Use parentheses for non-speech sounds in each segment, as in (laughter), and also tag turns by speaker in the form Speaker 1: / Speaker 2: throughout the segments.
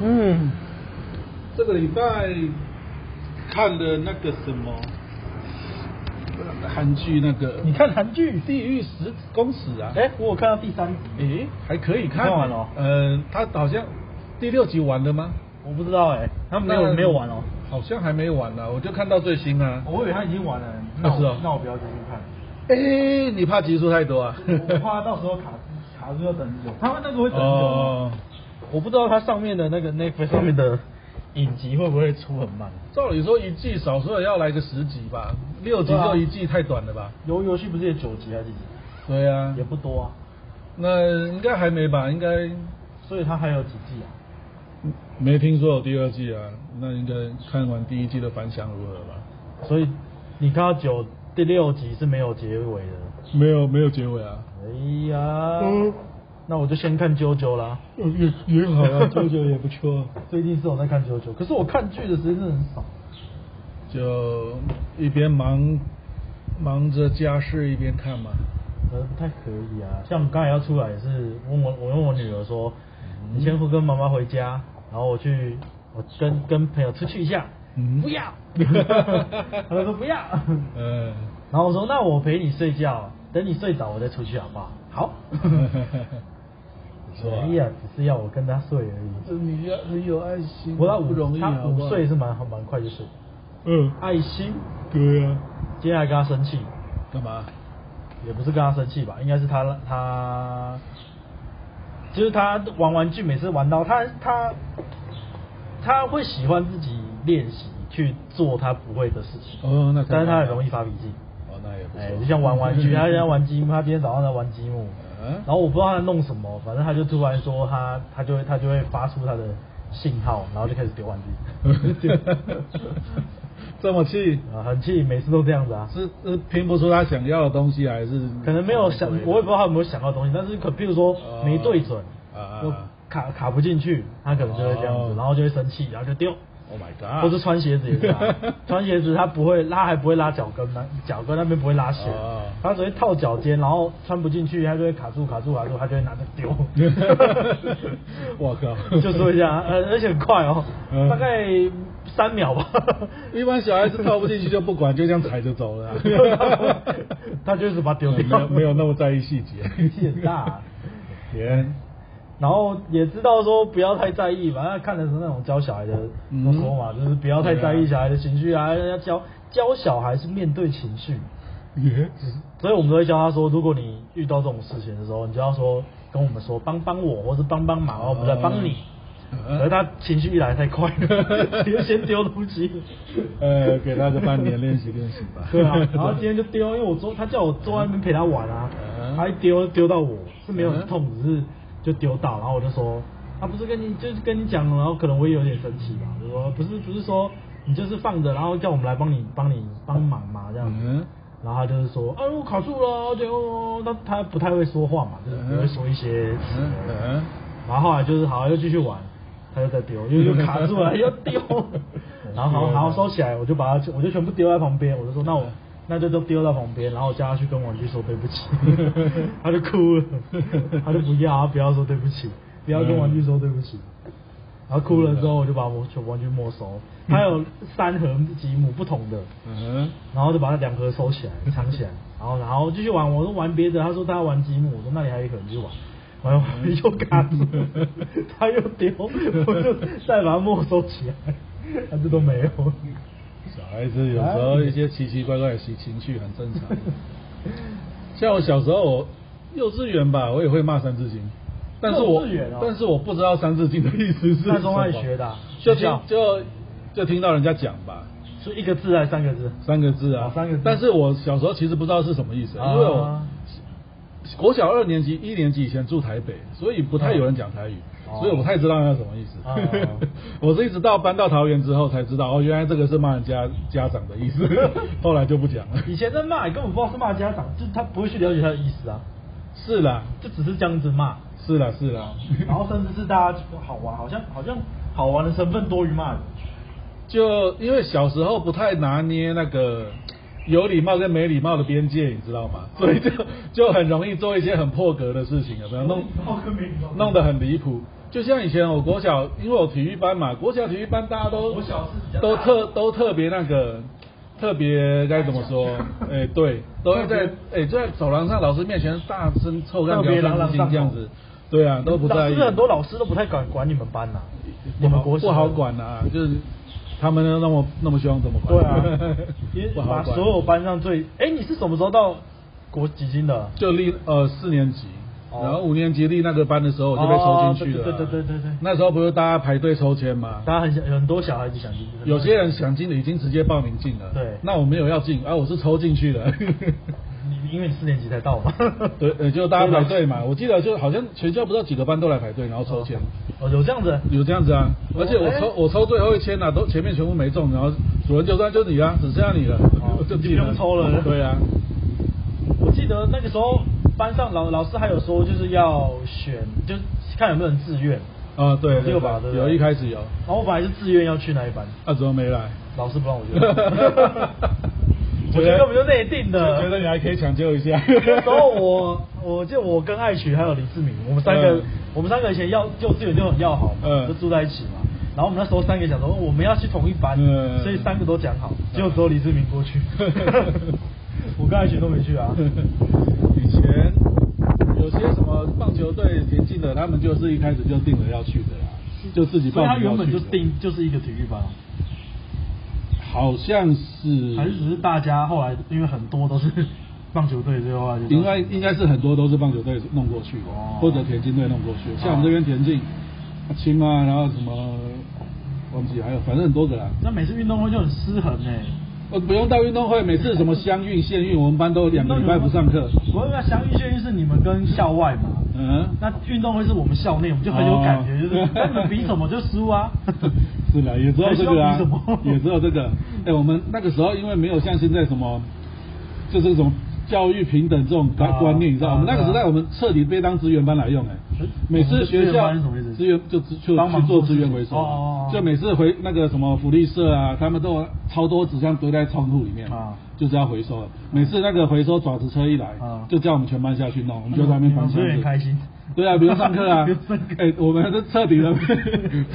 Speaker 1: 嗯这个礼拜看的那个什么呃韩剧，那个
Speaker 2: 你看韩剧
Speaker 1: 《地
Speaker 2: 第
Speaker 1: 狱十公使》啊，
Speaker 2: 哎，我有看到第三集，
Speaker 1: 诶，还可以看。
Speaker 2: 你看完了哦
Speaker 1: 嗯、他好像第六集完了吗？
Speaker 2: 我不知道哎，他没
Speaker 1: 那
Speaker 2: 有没有玩哦，
Speaker 1: 好像还没完呢、我就看到最新啊。
Speaker 2: 我以为他已经玩了，那
Speaker 1: 啊是
Speaker 2: 我
Speaker 1: 哦
Speaker 2: 那我不要继续看。
Speaker 1: 哎、你怕集数太多啊？
Speaker 2: 我怕到时候卡卡住要等很久，他们那个会等很
Speaker 1: (laughs)
Speaker 2: 久。
Speaker 1: 哦，
Speaker 2: 我不知道它上面的那个 Netflix 上面的影集会不会出很慢。
Speaker 1: 照理说一季少说也要来个十集吧，六集就一季太短了吧？
Speaker 2: 游游戏不是也九集还是几集？
Speaker 1: 对啊
Speaker 2: 也，不多啊，
Speaker 1: 那应该还没吧？应该
Speaker 2: 所以它还有几季啊？
Speaker 1: 没听说有第二季啊？那应该看完第一季的反响如何吧？
Speaker 2: 所以你看到九第六集是没有结尾的。
Speaker 1: 没有，没有结尾啊？
Speaker 2: 哎呀，那我就先看啾啾啦。
Speaker 1: 也也好啊，舅舅也不错、
Speaker 2: (laughs) 最近是我在看啾啾，可是我看剧的时间真的很少。
Speaker 1: 就一边忙忙着家事一边看嘛。
Speaker 2: 呃，不太可以啊。像我们刚才要出来也是问我，我问我女儿说，
Speaker 1: 嗯
Speaker 2: 你先会跟妈妈回家，然后我去，我跟跟朋友出去一下，
Speaker 1: 嗯
Speaker 2: 不
Speaker 1: (laughs)
Speaker 2: 要，她就说不要，
Speaker 1: 嗯，
Speaker 2: 然后我说那我陪你睡觉，等你睡着我再出去好不好？
Speaker 1: (laughs)
Speaker 2: 好，
Speaker 1: 不错啊
Speaker 2: 哎呀，只是要我跟她睡而已。
Speaker 1: (laughs) 你要很有爱心
Speaker 2: 我到五
Speaker 1: 不容易啊
Speaker 2: 她
Speaker 1: 好不好
Speaker 2: 五岁是蛮蛮快就睡，
Speaker 1: 嗯，
Speaker 2: 爱心，
Speaker 1: 对啊，
Speaker 2: 接下来跟她生气，
Speaker 1: 干嘛？
Speaker 2: 也不是跟他生气吧，应该是他他，就是他玩玩具，每次玩到他他他会喜欢自己练习去做他不会的事情，
Speaker 1: 哦那可能
Speaker 2: 但是他很容易发脾气，
Speaker 1: 哦，那也不错。
Speaker 2: 哎、就像玩玩具，他现在玩积木，他今天早上在玩积木，
Speaker 1: 嗯
Speaker 2: 然后我不知道他弄什么，反正他就突然说他他就会他就会发出他的信号，然后就开始丢玩
Speaker 1: (laughs)
Speaker 2: 具，
Speaker 1: 哎这么 (laughs) 气，
Speaker 2: 啊，很气，每次都这样子啊，
Speaker 1: 是是拼不出他想要的东西，啊还是
Speaker 2: 可能没有想，我也不知道他有没有想到东西，但是可譬如说
Speaker 1: 哦
Speaker 2: 没对准，
Speaker 1: 啊
Speaker 2: 就卡卡不进去，他可能就会这样子，
Speaker 1: 哦
Speaker 2: 然后就会生气，然后就丢。
Speaker 1: Oh my god！
Speaker 2: 或是穿鞋子也是、
Speaker 1: (laughs)
Speaker 2: 啊，穿鞋子他不会拉，还不会拉脚跟那脚跟那边不会拉血
Speaker 1: 哦，。
Speaker 2: 他只会套脚尖，然后穿不进去，他就会卡住卡住卡住，他就会拿着丢
Speaker 1: (laughs) 我靠
Speaker 2: 就是会这样，呃，而且很快哦
Speaker 1: 嗯，
Speaker 2: 大概三秒吧。 (laughs)
Speaker 1: 一般小孩子套不进去就不管，就这样踩着走了啊、
Speaker 2: (laughs) 他就是把它丢掉
Speaker 1: 没有没有那么在意细
Speaker 2: (laughs)
Speaker 1: 节。
Speaker 2: 脾气很大啊、
Speaker 1: 天，
Speaker 2: 然后也知道说不要太在意，反正看的是那种教小孩的
Speaker 1: 嗯
Speaker 2: 都说嘛，就是不要太在
Speaker 1: 对
Speaker 2: 意
Speaker 1: 啊
Speaker 2: 小孩的情绪啊，要教教小孩是面对情绪，
Speaker 1: 耶，
Speaker 2: 所以我们都会教他说，如果你遇到这种事情的时候，你就要说跟我们说帮帮我，或是帮帮忙，我们来帮你。
Speaker 1: 嗯
Speaker 2: 可是他情绪一来太快 (laughs) 了，直接先丢东西。
Speaker 1: (laughs) 呃，给他个半年练习练习吧。
Speaker 2: (laughs) 对啊，然后今天就丢，因为我坐，他叫我坐在那边陪他玩啊
Speaker 1: 嗯，
Speaker 2: 他一丢丢到我是没有
Speaker 1: 嗯
Speaker 2: 痛，只是就丢到，然后我就说，他不是跟你就是跟你讲了，然后可能我也有点生气吧，就说不是不是说你就是放着，然后叫我们来帮你帮你帮忙嘛这样子，
Speaker 1: 嗯
Speaker 2: 然后他就是说，啊我卡住了，就那他不太会说话嘛，就是只会说一些词
Speaker 1: 嗯嗯，
Speaker 2: 然后后来就是好又继续玩，他又在丢，又又卡住 (laughs) 了，又丢，然后好好收起来，我就把它我就全部丢在旁边，我就说那我那就都丢到旁边，然后我叫他去跟玩具说对不 (laughs) 起，他就哭了，他就不要，他不要说对不起，不要跟玩具说对不起。然后哭了之后，我就把我全玩具没收。他有三盒积木不同的，
Speaker 1: 嗯
Speaker 2: 然后就把那两盒收起来，藏起来，然后然后继续玩。我说玩别的，他说他要玩积木，我说那你还有一盒，你去
Speaker 1: (laughs)
Speaker 2: 玩。玩完又卡住，他又丢，我就再把它没收起来，他这都没有。
Speaker 1: 小孩子有时候一些奇奇怪怪的情情绪很正
Speaker 2: (laughs)
Speaker 1: 常。像我小时候，我幼稚园吧，我也会骂三字经，但是我
Speaker 2: 幼稚园哦
Speaker 1: 但是我不知道三字经的意思是什么。
Speaker 2: 那中爱学的啊
Speaker 1: 就
Speaker 2: 学
Speaker 1: 听
Speaker 2: 校
Speaker 1: 就就听到人家讲吧，
Speaker 2: 是一个字还是三个字？
Speaker 1: 三个字啊
Speaker 2: 哦，三个字
Speaker 1: 但是我小时候其实不知道是什么意思，因为我
Speaker 2: 啊
Speaker 1: 国小二年级、一年级以前住台北，所以不太有人讲台语，
Speaker 2: 哦
Speaker 1: 所以我不太知道那是什么意思。
Speaker 2: 哦
Speaker 1: (laughs) 我是一直到搬到桃园之后才知道，哦，原来这个是骂人家家长的意思，
Speaker 2: (laughs)
Speaker 1: 后来就不讲了。
Speaker 2: 以前在骂，根本不知道是骂家长，就是他不会去了解他的意思啊，
Speaker 1: 是啦，
Speaker 2: 就只是这样子骂。
Speaker 1: 是啦，是啦，
Speaker 2: 然后甚至是大家觉得好玩，好像好像好玩的成分多于骂人。
Speaker 1: 就因为小时候不太拿捏那个有礼貌跟没礼貌的边界，你知道吗？所 (laughs)
Speaker 2: 哦
Speaker 1: 以就就很容易做一些很破格的事情，有没有弄哦
Speaker 2: 然后跟没
Speaker 1: 弄得很离谱。就像以前我国小，因为我体育班嘛，国小体育班大家都
Speaker 3: 国小是比较大
Speaker 1: 都特都特别那个，特别该怎么
Speaker 2: (laughs)
Speaker 1: 说？哎、对，都会在哎、就在走廊上老师面前大声臭干
Speaker 2: 特别
Speaker 1: 不要
Speaker 2: 朗朗上口
Speaker 1: 这样子，对啊，都不在
Speaker 2: 老
Speaker 1: 意。
Speaker 2: 师很多老师都不太敢管你们班呐、
Speaker 1: 不
Speaker 2: 你
Speaker 1: 好
Speaker 2: 们国小
Speaker 1: 不好管啊，就是他们那么那么凶，怎么
Speaker 2: 对
Speaker 1: 管？ (laughs)
Speaker 2: 啊，因为
Speaker 1: 不好
Speaker 2: 把
Speaker 1: 管。
Speaker 2: 所有班上最哎、你是什么时候到国几星的？
Speaker 1: 就立呃四年级，
Speaker 2: 哦
Speaker 1: 然后五年级立那个班的时候，我就被抽进去了啊。
Speaker 2: 哦对对对对对对
Speaker 1: 那时候不是大家排队抽签吗？
Speaker 2: 大家很想有很多小孩子想进，
Speaker 1: 有些人想进的已经直接报名进了。
Speaker 2: 对
Speaker 1: 那我没有要进，啊，我是抽进去
Speaker 2: (laughs)
Speaker 1: 的。
Speaker 2: 你因为你四年级才到嘛，
Speaker 1: (laughs) 对，呃，就大家
Speaker 2: 对吧
Speaker 1: 排队嘛。我记得就好像全校不知道几个班都来排队，然后抽签。
Speaker 2: (laughs) 哦，有这样子，
Speaker 1: 有这样子啊，而且我
Speaker 2: 哎
Speaker 1: 抽我抽最后一签啊，都前面全部没中，然后主任就说就你啊，只剩下你了，
Speaker 2: 哦
Speaker 1: (laughs) 就
Speaker 2: 你
Speaker 1: 你
Speaker 2: 不
Speaker 1: 了
Speaker 2: 用抽了
Speaker 1: 对啊，
Speaker 2: 我记得那个时候班上老老师还有说就是要选，就是看有没有人自愿，
Speaker 1: 啊对，
Speaker 2: 有吧对不对
Speaker 1: 有一开始有，
Speaker 2: 然后我本来是自愿要去那一班，
Speaker 1: 啊怎么没来？
Speaker 2: 老师不让我
Speaker 1: (laughs)
Speaker 2: 去，我觉得根本就内定的。
Speaker 1: 觉得你还可以抢救一下。
Speaker 2: 那时候我，我记得我跟艾曲还有李志明，我们三个，
Speaker 1: 嗯
Speaker 2: 我们三个以前要幼稚园就很要好嘛，
Speaker 1: 嗯
Speaker 2: 就住在一起嘛。然后我们那时候三个想说我们要去同一班，
Speaker 1: 嗯
Speaker 2: 所以三个都讲好，结果只有李志明
Speaker 1: (laughs)
Speaker 2: 过去，我跟艾曲都没去啊。
Speaker 1: 以前有些什么棒球队田径的，他们就是一开始就定了要去的啦，就自己
Speaker 2: 所
Speaker 1: 报
Speaker 2: 以他
Speaker 1: 名要
Speaker 2: 原
Speaker 1: 去的
Speaker 2: 本就定就是一个体育班啊，
Speaker 1: 好像是
Speaker 2: 还是只是大家后来因为很多都是 (laughs) 棒球队，最后啊来就
Speaker 1: 应该应该是很多都是棒球队弄过去的，
Speaker 2: 哦
Speaker 1: 或者田径队弄过去的。像我们这边田径，啊青啊，然后什么忘记还有，反正很多个啦。
Speaker 2: 那每次运动会就很失衡哎、
Speaker 1: 我不用到运动会，每次什么乡运、县运，我们班都有两个礼拜不上课。
Speaker 2: 我那祥云轩是你们跟校外嘛，
Speaker 1: 嗯，
Speaker 2: 那运动会是我们校内，我们就很有感觉，
Speaker 1: 哦
Speaker 2: 就是跟你们比什么就输啊。
Speaker 1: 是的，也只有这个啊
Speaker 2: 还需要比什么，
Speaker 1: (laughs) 也只有这个。哎、我们那个时候因为没有像现在什么，就是这种教育平等这种观
Speaker 2: 啊
Speaker 1: 观念，你知道，
Speaker 2: 啊
Speaker 1: 我们那个时代
Speaker 2: 啊
Speaker 1: 我们彻底被当资源班来用、哎
Speaker 2: 嗯，
Speaker 1: (laughs) 每次学校
Speaker 2: 我们资源班是什么意思
Speaker 1: 资源就资就
Speaker 2: 帮忙
Speaker 1: 去做
Speaker 2: 做
Speaker 1: 资源
Speaker 2: 事
Speaker 1: 回收啊，
Speaker 2: 哦哦哦
Speaker 1: 就每次回那个什么福利社啊，他们都有超多纸箱堆在仓库里面
Speaker 2: 啊
Speaker 1: 就是要回收的。每次那个回收爪子车一来，
Speaker 2: 啊
Speaker 1: 就叫我们全班下去弄，我们就在那边
Speaker 2: 你
Speaker 1: 翻
Speaker 2: 们
Speaker 1: 箱
Speaker 2: 不是
Speaker 1: 子
Speaker 2: 很开心。
Speaker 1: 对啊，不用上课啊
Speaker 2: (laughs) 不用上。课
Speaker 1: 哎、我们是彻底
Speaker 2: (laughs)
Speaker 1: 的，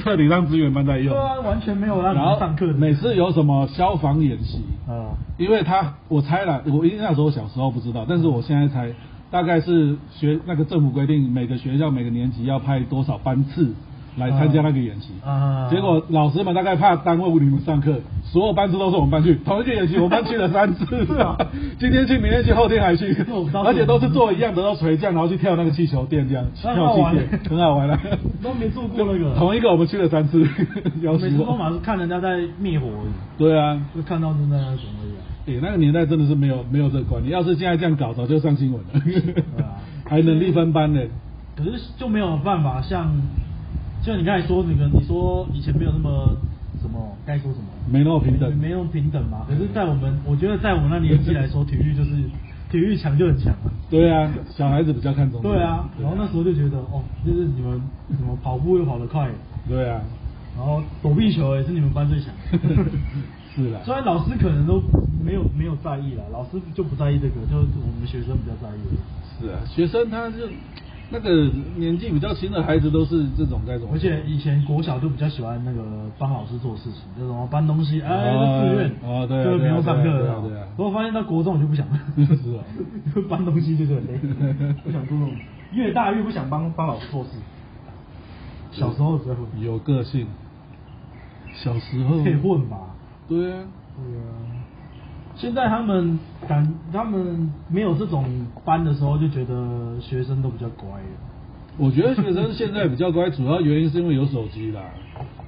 Speaker 1: 彻底让资源班在用。
Speaker 2: 对啊，完全没有让你
Speaker 1: 然
Speaker 2: 们
Speaker 1: 后
Speaker 2: 上课的。
Speaker 1: 每次有什么消防演习，
Speaker 2: 啊，
Speaker 1: 因为他我猜了，我因为那时候我小时候不知道，但是我现在猜，大概是学那个政府规定每个学校每个年级要派多少班次来参加那个演习。
Speaker 2: 啊
Speaker 1: 结果老师们大概怕耽误你们上课，所有班次都是我们班去，同一个演
Speaker 2: (laughs)
Speaker 1: 习我们班去了三次，
Speaker 2: 是啊
Speaker 1: (laughs) 今天去，明天去，后天还去
Speaker 2: 那我们，当时
Speaker 1: 而且都是做一样的，都垂降，然后去跳那个气球垫这样，
Speaker 2: 那很
Speaker 1: 跳
Speaker 2: 好
Speaker 1: 气
Speaker 2: 玩 (laughs)
Speaker 1: 垫，很好玩了、
Speaker 2: 都没做过那个
Speaker 1: (laughs) 同一个我们去了三次， (laughs) 要死
Speaker 2: 每次
Speaker 1: 我
Speaker 2: 都嘛是看人家在灭火而已，
Speaker 1: 对啊，
Speaker 2: 就看到正在那什么而已啊。
Speaker 1: 诶、那个年代真的是没有没有这个观念，要是现在这样搞，早就上新闻了，
Speaker 2: 啊
Speaker 1: 还能力分班呢。
Speaker 2: 可是就没有办法像，就你刚才说那个，你说以前没有那么什么，该说什么？
Speaker 1: 没那么平等
Speaker 2: 没有平等嘛。可是，在我们，我觉得在我们那年纪来说，体育就是体育强就很强啊。
Speaker 1: 对啊，小孩子比较看重这个。
Speaker 2: 对啊，然后那时候就觉得哦，就是你们什么跑步又跑得快，
Speaker 1: 对
Speaker 2: (laughs)
Speaker 1: 啊， (laughs)
Speaker 2: 然后躲避球也是你们班最强。
Speaker 1: 是啦。
Speaker 2: 虽然老师可能都没有没有在意啦，老师就不在意这个，就是我们学生比较在意。
Speaker 1: 是啊，学生他就那个年纪比较轻的孩子都是这种在种，
Speaker 2: 而且以前国小就比较喜欢那个帮老师做事情，就什么搬东西，哎，
Speaker 1: 哦
Speaker 2: 这自愿，
Speaker 1: 哦对啊
Speaker 2: 就是不用上课
Speaker 1: 对啊
Speaker 2: 的
Speaker 1: 对啊对啊。
Speaker 2: 不过发现到国中我就不想了，
Speaker 1: (laughs) 是啊
Speaker 2: 啊，搬东西 (laughs) 就是
Speaker 1: (laughs)
Speaker 2: 很累，不想做那种，越大越不想帮帮老师做事。小时候只会
Speaker 1: 有个性。小时候
Speaker 2: 可以混吧？
Speaker 1: 对啊，
Speaker 2: 对啊。现在他们感他们没有这种班的时候，就觉得学生都比较乖了。
Speaker 1: 我觉得学生现在比较乖，主要原因是因为有手机啦。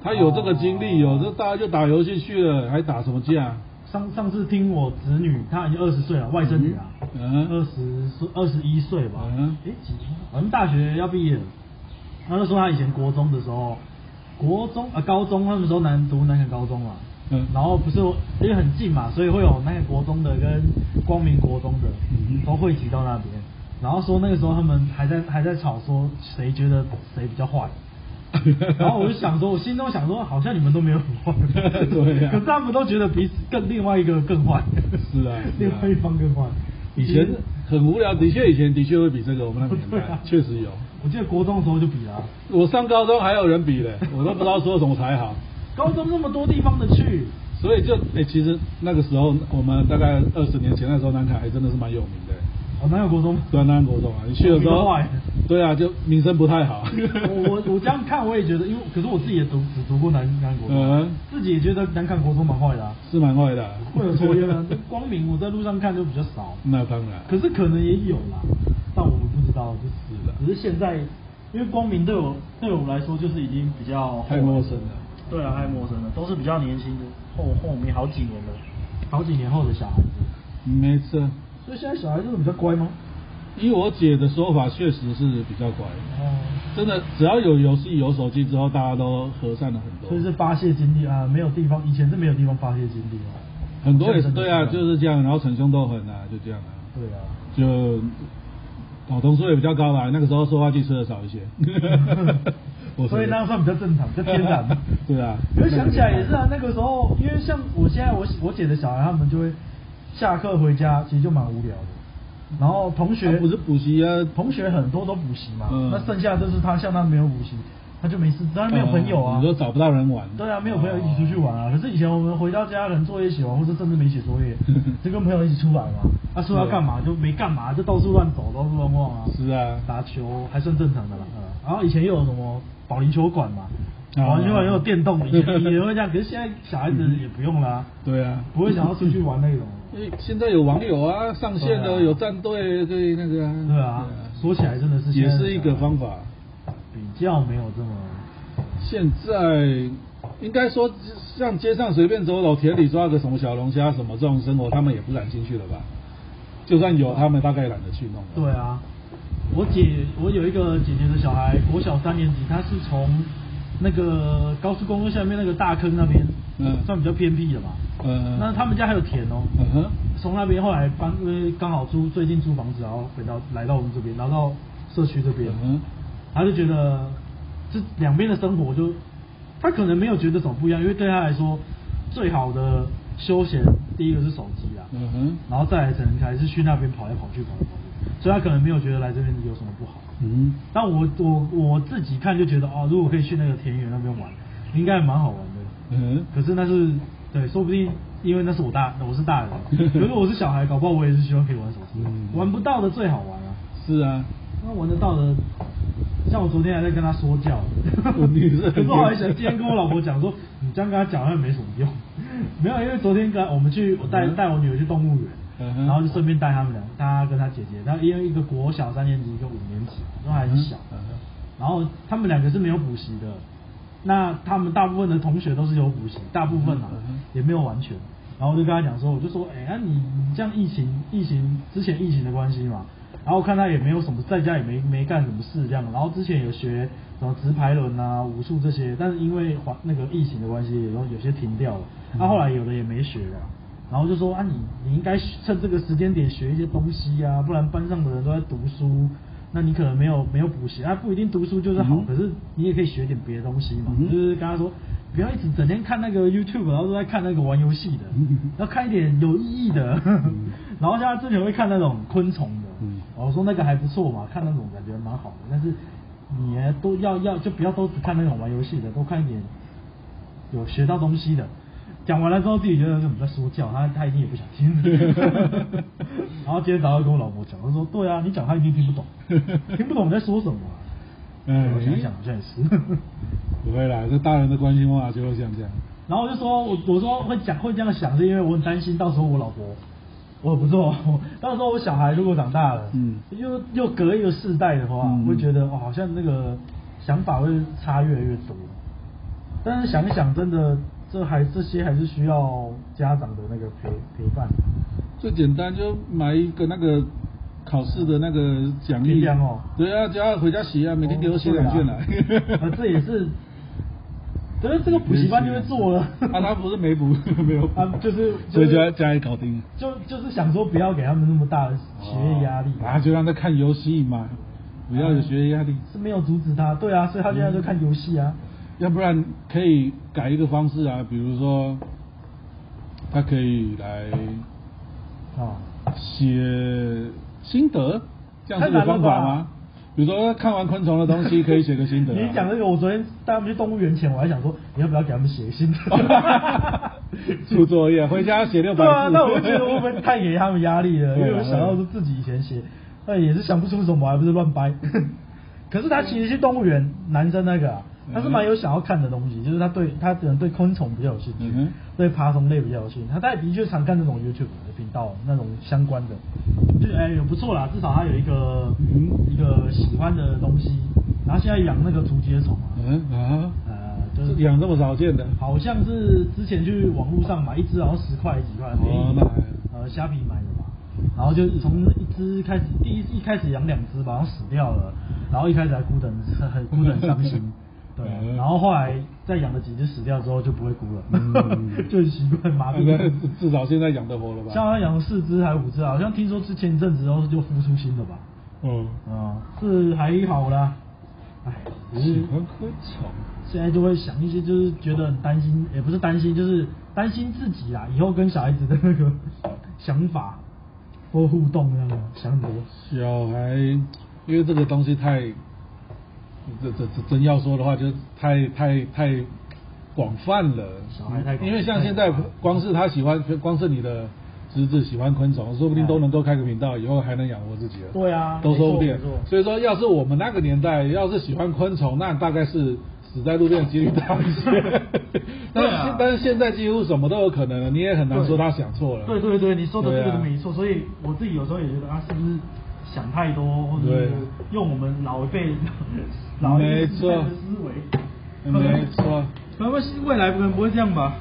Speaker 1: 他有这个精力，
Speaker 2: 哦
Speaker 1: 有这大家就打游戏去了，还打什么架？
Speaker 2: 上上次听我侄女，她已经二十岁了，外甥女啊，
Speaker 1: 嗯
Speaker 2: 二十岁二十一岁吧，
Speaker 1: 嗯
Speaker 2: 诶几，好像大学要毕业了。她就说她以前国中的时候，国中啊高中那个时候南读南港高中嘛，
Speaker 1: 嗯
Speaker 2: 然后不是因为很近嘛，所以会有那个国中的跟光明国中的
Speaker 1: 嗯哼
Speaker 2: 都汇集到那边，然后说那个时候他们还在还在吵说谁觉得谁比较坏。 (laughs)
Speaker 1: (laughs)
Speaker 2: 然后我就想说，我心中想说，好像你们都没有很坏，
Speaker 1: 对啊
Speaker 2: 可是他们都觉得彼此更另外一个更坏， (laughs)
Speaker 1: 是啊
Speaker 2: 另外一方更坏。
Speaker 1: 以前很无聊，的确以前的确会比这个我们那个年
Speaker 2: (laughs) 对
Speaker 1: 代
Speaker 2: 啊
Speaker 1: 确实有。
Speaker 2: 我记得国中的时候就比啊啦、
Speaker 1: 我上高中还有人比嘞，我都不知道说什么才好。
Speaker 2: 高中那么多地方的去，
Speaker 1: 所以就哎、欸其实那个时候我们大概二十年前那时候南凯还真的是蛮有名的、
Speaker 2: 我哦哪有
Speaker 1: (laughs)
Speaker 2: 国中？
Speaker 1: 对啊，南安国中啊，你去的时
Speaker 2: 我比
Speaker 1: 候
Speaker 2: 较坏，
Speaker 1: 对啊，就名声不太好。
Speaker 2: 我我我这样看我也觉得，因为可是我自己也读只读过南南国中，
Speaker 1: 嗯
Speaker 2: 自己也觉得南港国中蛮坏
Speaker 1: (laughs)
Speaker 2: 的、啊，
Speaker 1: 是蛮坏的啊、
Speaker 2: 会有抽烟啊。光明我在路上看就比较少，
Speaker 1: 那当然，
Speaker 2: 可是可能也有啦，但我们不知道，就是
Speaker 1: 是的
Speaker 2: 只是现在，因为光明对我对我来说就是已经比较
Speaker 1: 太陌生了。
Speaker 2: 对啊，太陌生了，都是比较年轻的，后后面好几年的，好几年后的小孩子，
Speaker 1: 没错。
Speaker 2: 所以现在小孩子比较乖吗？
Speaker 1: 以我姐的说法，确实是比较乖，
Speaker 2: 哦，
Speaker 1: 真的，只要有游戏、有手机之后，大家都和善了很多。
Speaker 2: 所以是发泄精力啊，没有地方，以前是没有地方发泄精力嘛。
Speaker 1: 很多也是对啊，
Speaker 2: 现在真的
Speaker 1: 就是这样，然后逞凶斗狠啊，就这样啊，
Speaker 2: 对啊，
Speaker 1: 就哦，同数也比较高啦，那个时候说话技吃的少
Speaker 2: (laughs)
Speaker 1: 一些， (laughs) 我。
Speaker 2: 所以那样算比较正常，比较天然
Speaker 1: (laughs) 对啊
Speaker 2: 可是想起来也是啊，那个时候，因为像我现在我我姐的小孩，他们就会下课回家，其实就蛮无聊的。然后同学
Speaker 1: 他不是补习啊，
Speaker 2: 同学很多都补习嘛，
Speaker 1: 嗯
Speaker 2: 那剩下就是他，像他没有补习，他就没事，当然没有朋友啊。
Speaker 1: 嗯你说找不到人哦玩，，
Speaker 2: 对啊，没有朋友一起出去玩啊。可是以前我们回到家，可能作业写完，或者甚至没写作业
Speaker 1: (laughs)
Speaker 2: 就跟朋友一起出来嘛。他、说要干嘛就没干嘛，就到处乱走，到处乱逛啊。
Speaker 1: 是啊
Speaker 2: 打球还算正常的啦。嗯然后以前又有什么保龄球馆嘛，
Speaker 1: 啊
Speaker 2: 保龄球馆又有电动，以前以前会这样，可是现在小孩子也不用啦、
Speaker 1: 对啊，
Speaker 2: 不会想要出去玩那种。
Speaker 1: 因为现在有网友啊，上线
Speaker 2: 对
Speaker 1: 的
Speaker 2: 啊
Speaker 1: 有战队，可以那个啊，
Speaker 2: 对啊，说起来真的是
Speaker 1: 也
Speaker 2: 现在
Speaker 1: 是一个方法。
Speaker 2: 比较没有这么。
Speaker 1: 现在应该说，像街上随便走走，田里抓个什么小龙虾什么这种生活，他们也不感兴趣了吧？就算有，他们大概也懒得去弄了。
Speaker 2: 对啊，我姐，我有一个姐姐的小孩，国小三年级，他是从那个高速公路下面那个大坑那边，
Speaker 1: 嗯
Speaker 2: 算比较偏僻的嘛。
Speaker 1: 嗯
Speaker 2: 那他们家还有田哦，
Speaker 1: 嗯哼，
Speaker 2: 从那边后来搬，因为刚好租最近租房子，然后回到来到我们这边，然后到社区这边，
Speaker 1: 嗯
Speaker 2: 他就觉得这两边的生活就，他可能没有觉得什么不一样，因为对他来说，最好的休闲第一个是手机啦，
Speaker 1: 嗯哼，
Speaker 2: 然后再来可能还是去那边跑来跑去跑来跑去，所以他可能没有觉得来这边有什么不好。
Speaker 1: 嗯，
Speaker 2: 但我我我自己看就觉得哦，如果可以去那个田园那边玩，应该蛮好玩的。
Speaker 1: 嗯
Speaker 2: 可是那是对，说不定因为那是我大我是大人，如果我是小孩，搞不好我也是希望可以玩手机，
Speaker 1: 嗯
Speaker 2: 玩不到的最好玩啊。
Speaker 1: 是啊，
Speaker 2: 那玩得到的，像我昨天还在跟他说教，
Speaker 1: 我女生
Speaker 2: (laughs) 可是我还想今天跟我老婆讲说，你这样跟他讲好像没什么用， (laughs) 没有，因为昨天跟我们去，我带
Speaker 1: 嗯
Speaker 2: 带我女儿去动物园，
Speaker 1: 嗯哼
Speaker 2: 然后就顺便带他们俩，她跟她姐姐，她因为一个国小三年级，一个五年级，都还很小，
Speaker 1: 嗯哼
Speaker 2: 然后他们两个是没有补习的，那他们大部分的同学都是有补习，大部分啊
Speaker 1: 嗯哼
Speaker 2: 也没有完全。然后我就跟他讲说，我就说，哎、那、你你这样疫情疫情之前疫情的关系嘛，然后我看他也没有什么在家也没没干什么事这样，然后之前有学什么直排轮啊、武术这些，但是因为环那个疫情的关系，然后有些停掉了，
Speaker 1: 嗯
Speaker 2: 他、后来有的也没学了。然后就说啊你，你应该趁这个时间点学一些东西啊，不然班上的人都在读书，那你可能没有没有补习啊，不一定读书就是好，
Speaker 1: 嗯
Speaker 2: 可是你也可以学点别的东西嘛。
Speaker 1: 嗯
Speaker 2: 就是跟他说，不要一直整天看那个 YouTube，然后都在看那个玩游戏的，
Speaker 1: 嗯
Speaker 2: 要看一点有意义的。 (laughs) 然后像他之前会看那种昆虫的，
Speaker 1: 嗯
Speaker 2: 然后说那个还不错嘛，看那种感觉蛮好的，但是你呢都要要就不要都只看那种玩游戏的，多看一点有学到东西的。讲完了之后，自己觉得我们在说教，他他一定也不想
Speaker 1: (laughs)
Speaker 2: 听。然后今天早上跟我老婆讲，她说：“对啊，你讲他一定听不懂，听不懂我们在说什么啊、
Speaker 1: (laughs) 嗯
Speaker 2: 我想一想好像也是。
Speaker 1: 不会啦，这大人的关心话就会像这样。
Speaker 2: 然后我就说，我我说会讲会这样想，是因为我很担心到时候我老婆，我不错，我到时候我小孩如果长大了，
Speaker 1: 嗯
Speaker 2: 又又隔一个世代的话，
Speaker 1: 嗯
Speaker 2: 会觉得哦，好像那个想法会差越来越多。但是想一想，真的这还这些还是需要家长的那个陪陪伴。
Speaker 1: 最简单就买一个那个考试的那个奖
Speaker 2: 力
Speaker 1: 励
Speaker 2: 量哦
Speaker 1: 对啊，叫他回家写啊，每天给我写
Speaker 2: 哦
Speaker 1: 两卷
Speaker 2: 对啊
Speaker 1: 来
Speaker 2: 呃。 (laughs) 这也是，可是这个补习班就会做了。
Speaker 1: (laughs) 啊，他不是没补， (laughs) 没有补
Speaker 2: (laughs) 啊就是就
Speaker 1: 所
Speaker 2: 是
Speaker 1: 以就在家里搞定。
Speaker 2: 就就是想说不要给他们那么大的学业压力，
Speaker 1: 然后哦啊就让他看游戏嘛，不要有学业压力，
Speaker 2: 是没有阻止他，对啊，所以他现在就看游戏啊，
Speaker 1: 要不然可以改一个方式啊，比如说，他可以来
Speaker 2: 啊，
Speaker 1: 嗯写心得，这样是
Speaker 2: 太
Speaker 1: 个
Speaker 2: 难了
Speaker 1: 方法
Speaker 2: 吧
Speaker 1: 吗？比如说看完昆虫的东西，可以写个心得啊、
Speaker 2: 你
Speaker 1: (laughs)
Speaker 2: (laughs) 讲这个，我昨天带他们去动物园前，我还想说，你要不要给他们写
Speaker 1: (laughs)
Speaker 2: 信？
Speaker 1: 出作业，回家写六百
Speaker 2: 对
Speaker 1: 字。
Speaker 2: 啊，那我就觉得会不会太给他们压力了？
Speaker 1: (laughs)
Speaker 2: 因
Speaker 1: 对啊
Speaker 2: 为我想到是自己以前写，那也是想不出什么，还不是乱掰。 (laughs) 可是他其实去动物园，男生那个、啊，他是蛮有想要看的东西，就是他对他可能对昆虫比较有兴趣，
Speaker 1: 嗯哼
Speaker 2: 对爬虫类比较有兴趣。他他也的确常看那种 YouTube 的频道，那种相关的，就哎也不错啦，至少他有一个、
Speaker 1: 嗯
Speaker 2: 一个喜欢的东西。然后现在养那个竹节虫啊，
Speaker 1: 嗯啊，
Speaker 2: 呃，就是
Speaker 1: 养这么少见的，
Speaker 2: 好像是之前去网络上买一只，好像十块几块，
Speaker 1: 哦
Speaker 2: 便宜
Speaker 1: 那还，
Speaker 2: 呃，虾皮买的嘛。然后就从一只开始，第一一开始养两只吧，然后死掉了，然后一开始还哭得很很哭得很
Speaker 1: (laughs)
Speaker 2: 伤心，对啊。
Speaker 1: 嗯
Speaker 2: 然后后来再养了几只死掉之后就不会哭了，
Speaker 1: 嗯
Speaker 2: 就很习惯麻
Speaker 1: 那
Speaker 2: 痹。
Speaker 1: 个至少现在养得活了
Speaker 2: 像
Speaker 1: 吧？
Speaker 2: 他养了四只还五只啊，好像听说之前一阵子都就孵出新的吧，
Speaker 1: 嗯，
Speaker 2: 嗯，是还好啦，哎，只
Speaker 1: 喜
Speaker 2: 是
Speaker 1: 欢昆虫，
Speaker 2: 现在就会想一些，就是觉得很担心，也不是担心，就是担心自己啦，以后跟小孩子的那个想法或互动那样想很多。
Speaker 1: 小孩，因为这个东西太，这这这真要说的话，就是太太太广泛了。
Speaker 2: 小孩太广
Speaker 1: 因为像现在
Speaker 2: 太广泛
Speaker 1: 光是他喜欢，光是你的侄子喜欢昆虫，说不定都能够开个频道，以后还能养活自己了。
Speaker 2: 对啊，
Speaker 1: 都说不
Speaker 2: 没
Speaker 1: 定
Speaker 2: 错没错。
Speaker 1: 所以说，要是我们那个年代，要是喜欢昆虫，那大概是死在路边的几率大
Speaker 2: (laughs)
Speaker 1: 一些。但
Speaker 2: 对
Speaker 1: 是、
Speaker 2: 啊
Speaker 1: 但是现在几乎什么都有可能了，你也很难说
Speaker 2: 对
Speaker 1: 他想错了。
Speaker 2: 对对对，你说的这个
Speaker 1: 对啊
Speaker 2: 没错，所以我自己有时候也觉得啊，是不是想太多，或者
Speaker 1: 对
Speaker 2: 是用我们老一辈老一辈
Speaker 1: 没
Speaker 2: 时
Speaker 1: 错
Speaker 2: 代的思维，
Speaker 1: 啊没错，
Speaker 2: 可能会未来可能不会这样吧？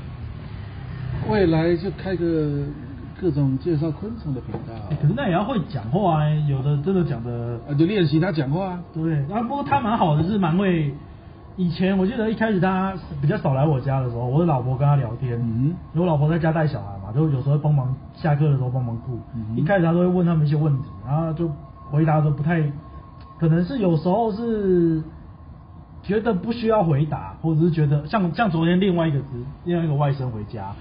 Speaker 1: 未来就开个各种介绍昆虫的频
Speaker 2: 哎可
Speaker 1: 道，
Speaker 2: 是那也要会讲话、啊，有的真的讲的
Speaker 1: 啊，就练习他讲话啊。
Speaker 2: 对，啊，不过他蛮好的，是蛮会。以前我记得一开始他比较少来我家的时候，我的老婆跟他聊天，
Speaker 1: 嗯
Speaker 2: 因为我老婆在家带小孩嘛，就有时候帮忙下课的时候帮忙顾。
Speaker 1: 嗯
Speaker 2: 一开始他都会问他们一些问题，然后就回答的不太，可能是有时候是觉得不需要回答，或者是觉得像像昨天另外一个侄另外一个外甥回家，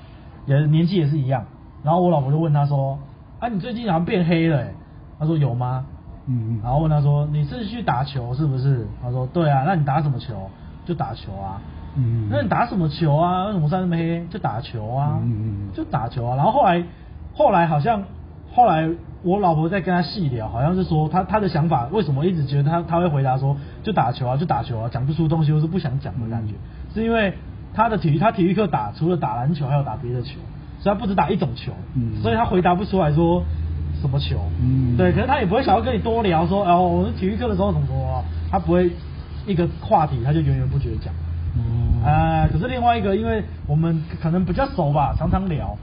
Speaker 2: 也年纪也是一样，然后我老婆就问他说：“啊，你最近好像变黑了、欸？”他说：“有吗？”
Speaker 1: 嗯
Speaker 2: 然后问他说：“你是去打球是不是？”他说：“对啊，那你打什么球？就打球啊。
Speaker 1: 嗯
Speaker 2: 那你打什么球啊？为什么晒那么黑？就打球啊，
Speaker 1: 嗯嗯嗯
Speaker 2: 就打球啊。然后后来，后来好像后来我老婆在跟他细聊，好像是说他他的想法为什么一直觉得他他会回答说就打球啊，就打球啊，讲不出东西，或是不想讲的感觉，
Speaker 1: 嗯
Speaker 2: 是因为他的体育他体育课打除了打篮球，还有打别的球，所以他不止打一种球，
Speaker 1: 嗯
Speaker 2: 所以他回答不出来说什么球，
Speaker 1: 嗯
Speaker 2: 对，可是他也不会想要跟你多聊说，哦，我们体育课的时候怎么怎么啊，他不会一个话题他就源源不绝地讲。
Speaker 1: 哦，
Speaker 2: 啊、可是另外一个，因为我们可能比较熟吧，常常聊，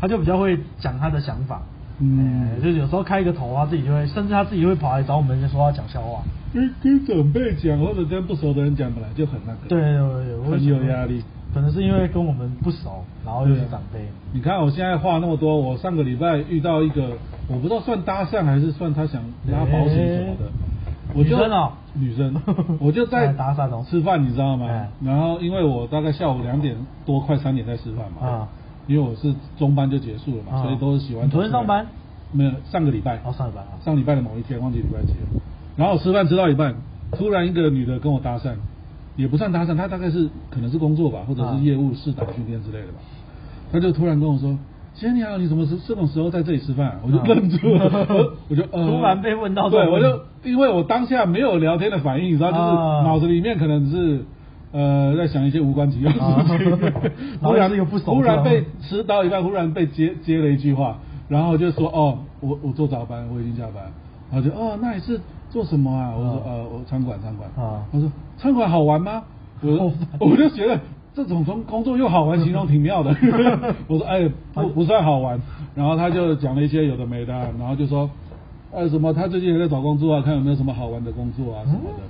Speaker 2: 他就比较会讲他的想法。
Speaker 1: 嗯
Speaker 2: 呃就是有时候开一个头啊，自己就会，甚至他自己会跑来找我们说要讲笑话。
Speaker 1: 跟跟长辈讲或者跟不熟的人讲，本来就很那个。
Speaker 2: 对对对，我会
Speaker 1: 很
Speaker 2: 觉
Speaker 1: 有
Speaker 2: 得
Speaker 1: 压力。
Speaker 2: 可能是因为跟我们不熟，然后又是长辈。
Speaker 1: 你看我现在话那么多，我上个礼拜遇到一个，我不知道算搭讪还是算他想拉保险什么的
Speaker 2: 哎，
Speaker 1: 我就
Speaker 2: 女生哦
Speaker 1: 女生，
Speaker 2: (laughs)
Speaker 1: 我就在
Speaker 2: 来搭讪哦
Speaker 1: 吃饭，你知道吗
Speaker 2: 哎？
Speaker 1: 然后因为我大概下午两点多快三点在吃饭嘛，
Speaker 2: 啊
Speaker 1: 因为我是中班就结束了
Speaker 2: 啊
Speaker 1: 嘛，所以都是喜欢
Speaker 2: 你昨天
Speaker 1: 早出来
Speaker 2: 上班？
Speaker 1: 没有，上个礼拜
Speaker 2: 哦，上一班啊。
Speaker 1: 上礼拜的某一天，忘记礼拜几了。然后我吃饭吃到一半，突然一个女的跟我搭讪，也不算搭讪，她大概是可能是工作吧，或者
Speaker 2: 啊
Speaker 1: 是业务试打训练之类的吧。她就突然跟我说：“姐你好，你怎么是这种时候在这里吃饭、我就
Speaker 2: 啊
Speaker 1: 愣住了，我
Speaker 2: (laughs)
Speaker 1: 我就呃，
Speaker 2: 突然被问到这
Speaker 1: 对，
Speaker 2: 种
Speaker 1: 我
Speaker 2: 问题
Speaker 1: 就因为我当下没有聊天的反应，你知道，就是
Speaker 2: 啊
Speaker 1: 脑子里面可能是。呃，在想一些无关紧要的事情，
Speaker 2: 啊 (laughs)
Speaker 1: 忽
Speaker 2: 然后
Speaker 1: 然
Speaker 2: 是又不熟
Speaker 1: 忽然
Speaker 2: 这
Speaker 1: 被
Speaker 2: 样
Speaker 1: 吃到一半，忽然被接接了一句话，然后就说哦，我我做早班，我已经下班。然后就哦，那你是做什么啊？我就说、
Speaker 2: 啊
Speaker 1: 呃，我餐馆餐馆。
Speaker 2: 啊
Speaker 1: 我说餐馆好玩吗？我
Speaker 2: 好
Speaker 1: 说
Speaker 2: 玩
Speaker 1: 我就觉得这种工工作又好玩，形容挺妙
Speaker 2: (laughs)
Speaker 1: 的。我说哎，不不算好玩。然后他就讲了一些有的没的，然后就说呃什么他最近也在找工作啊，看有没有什么好玩的工作啊什么的。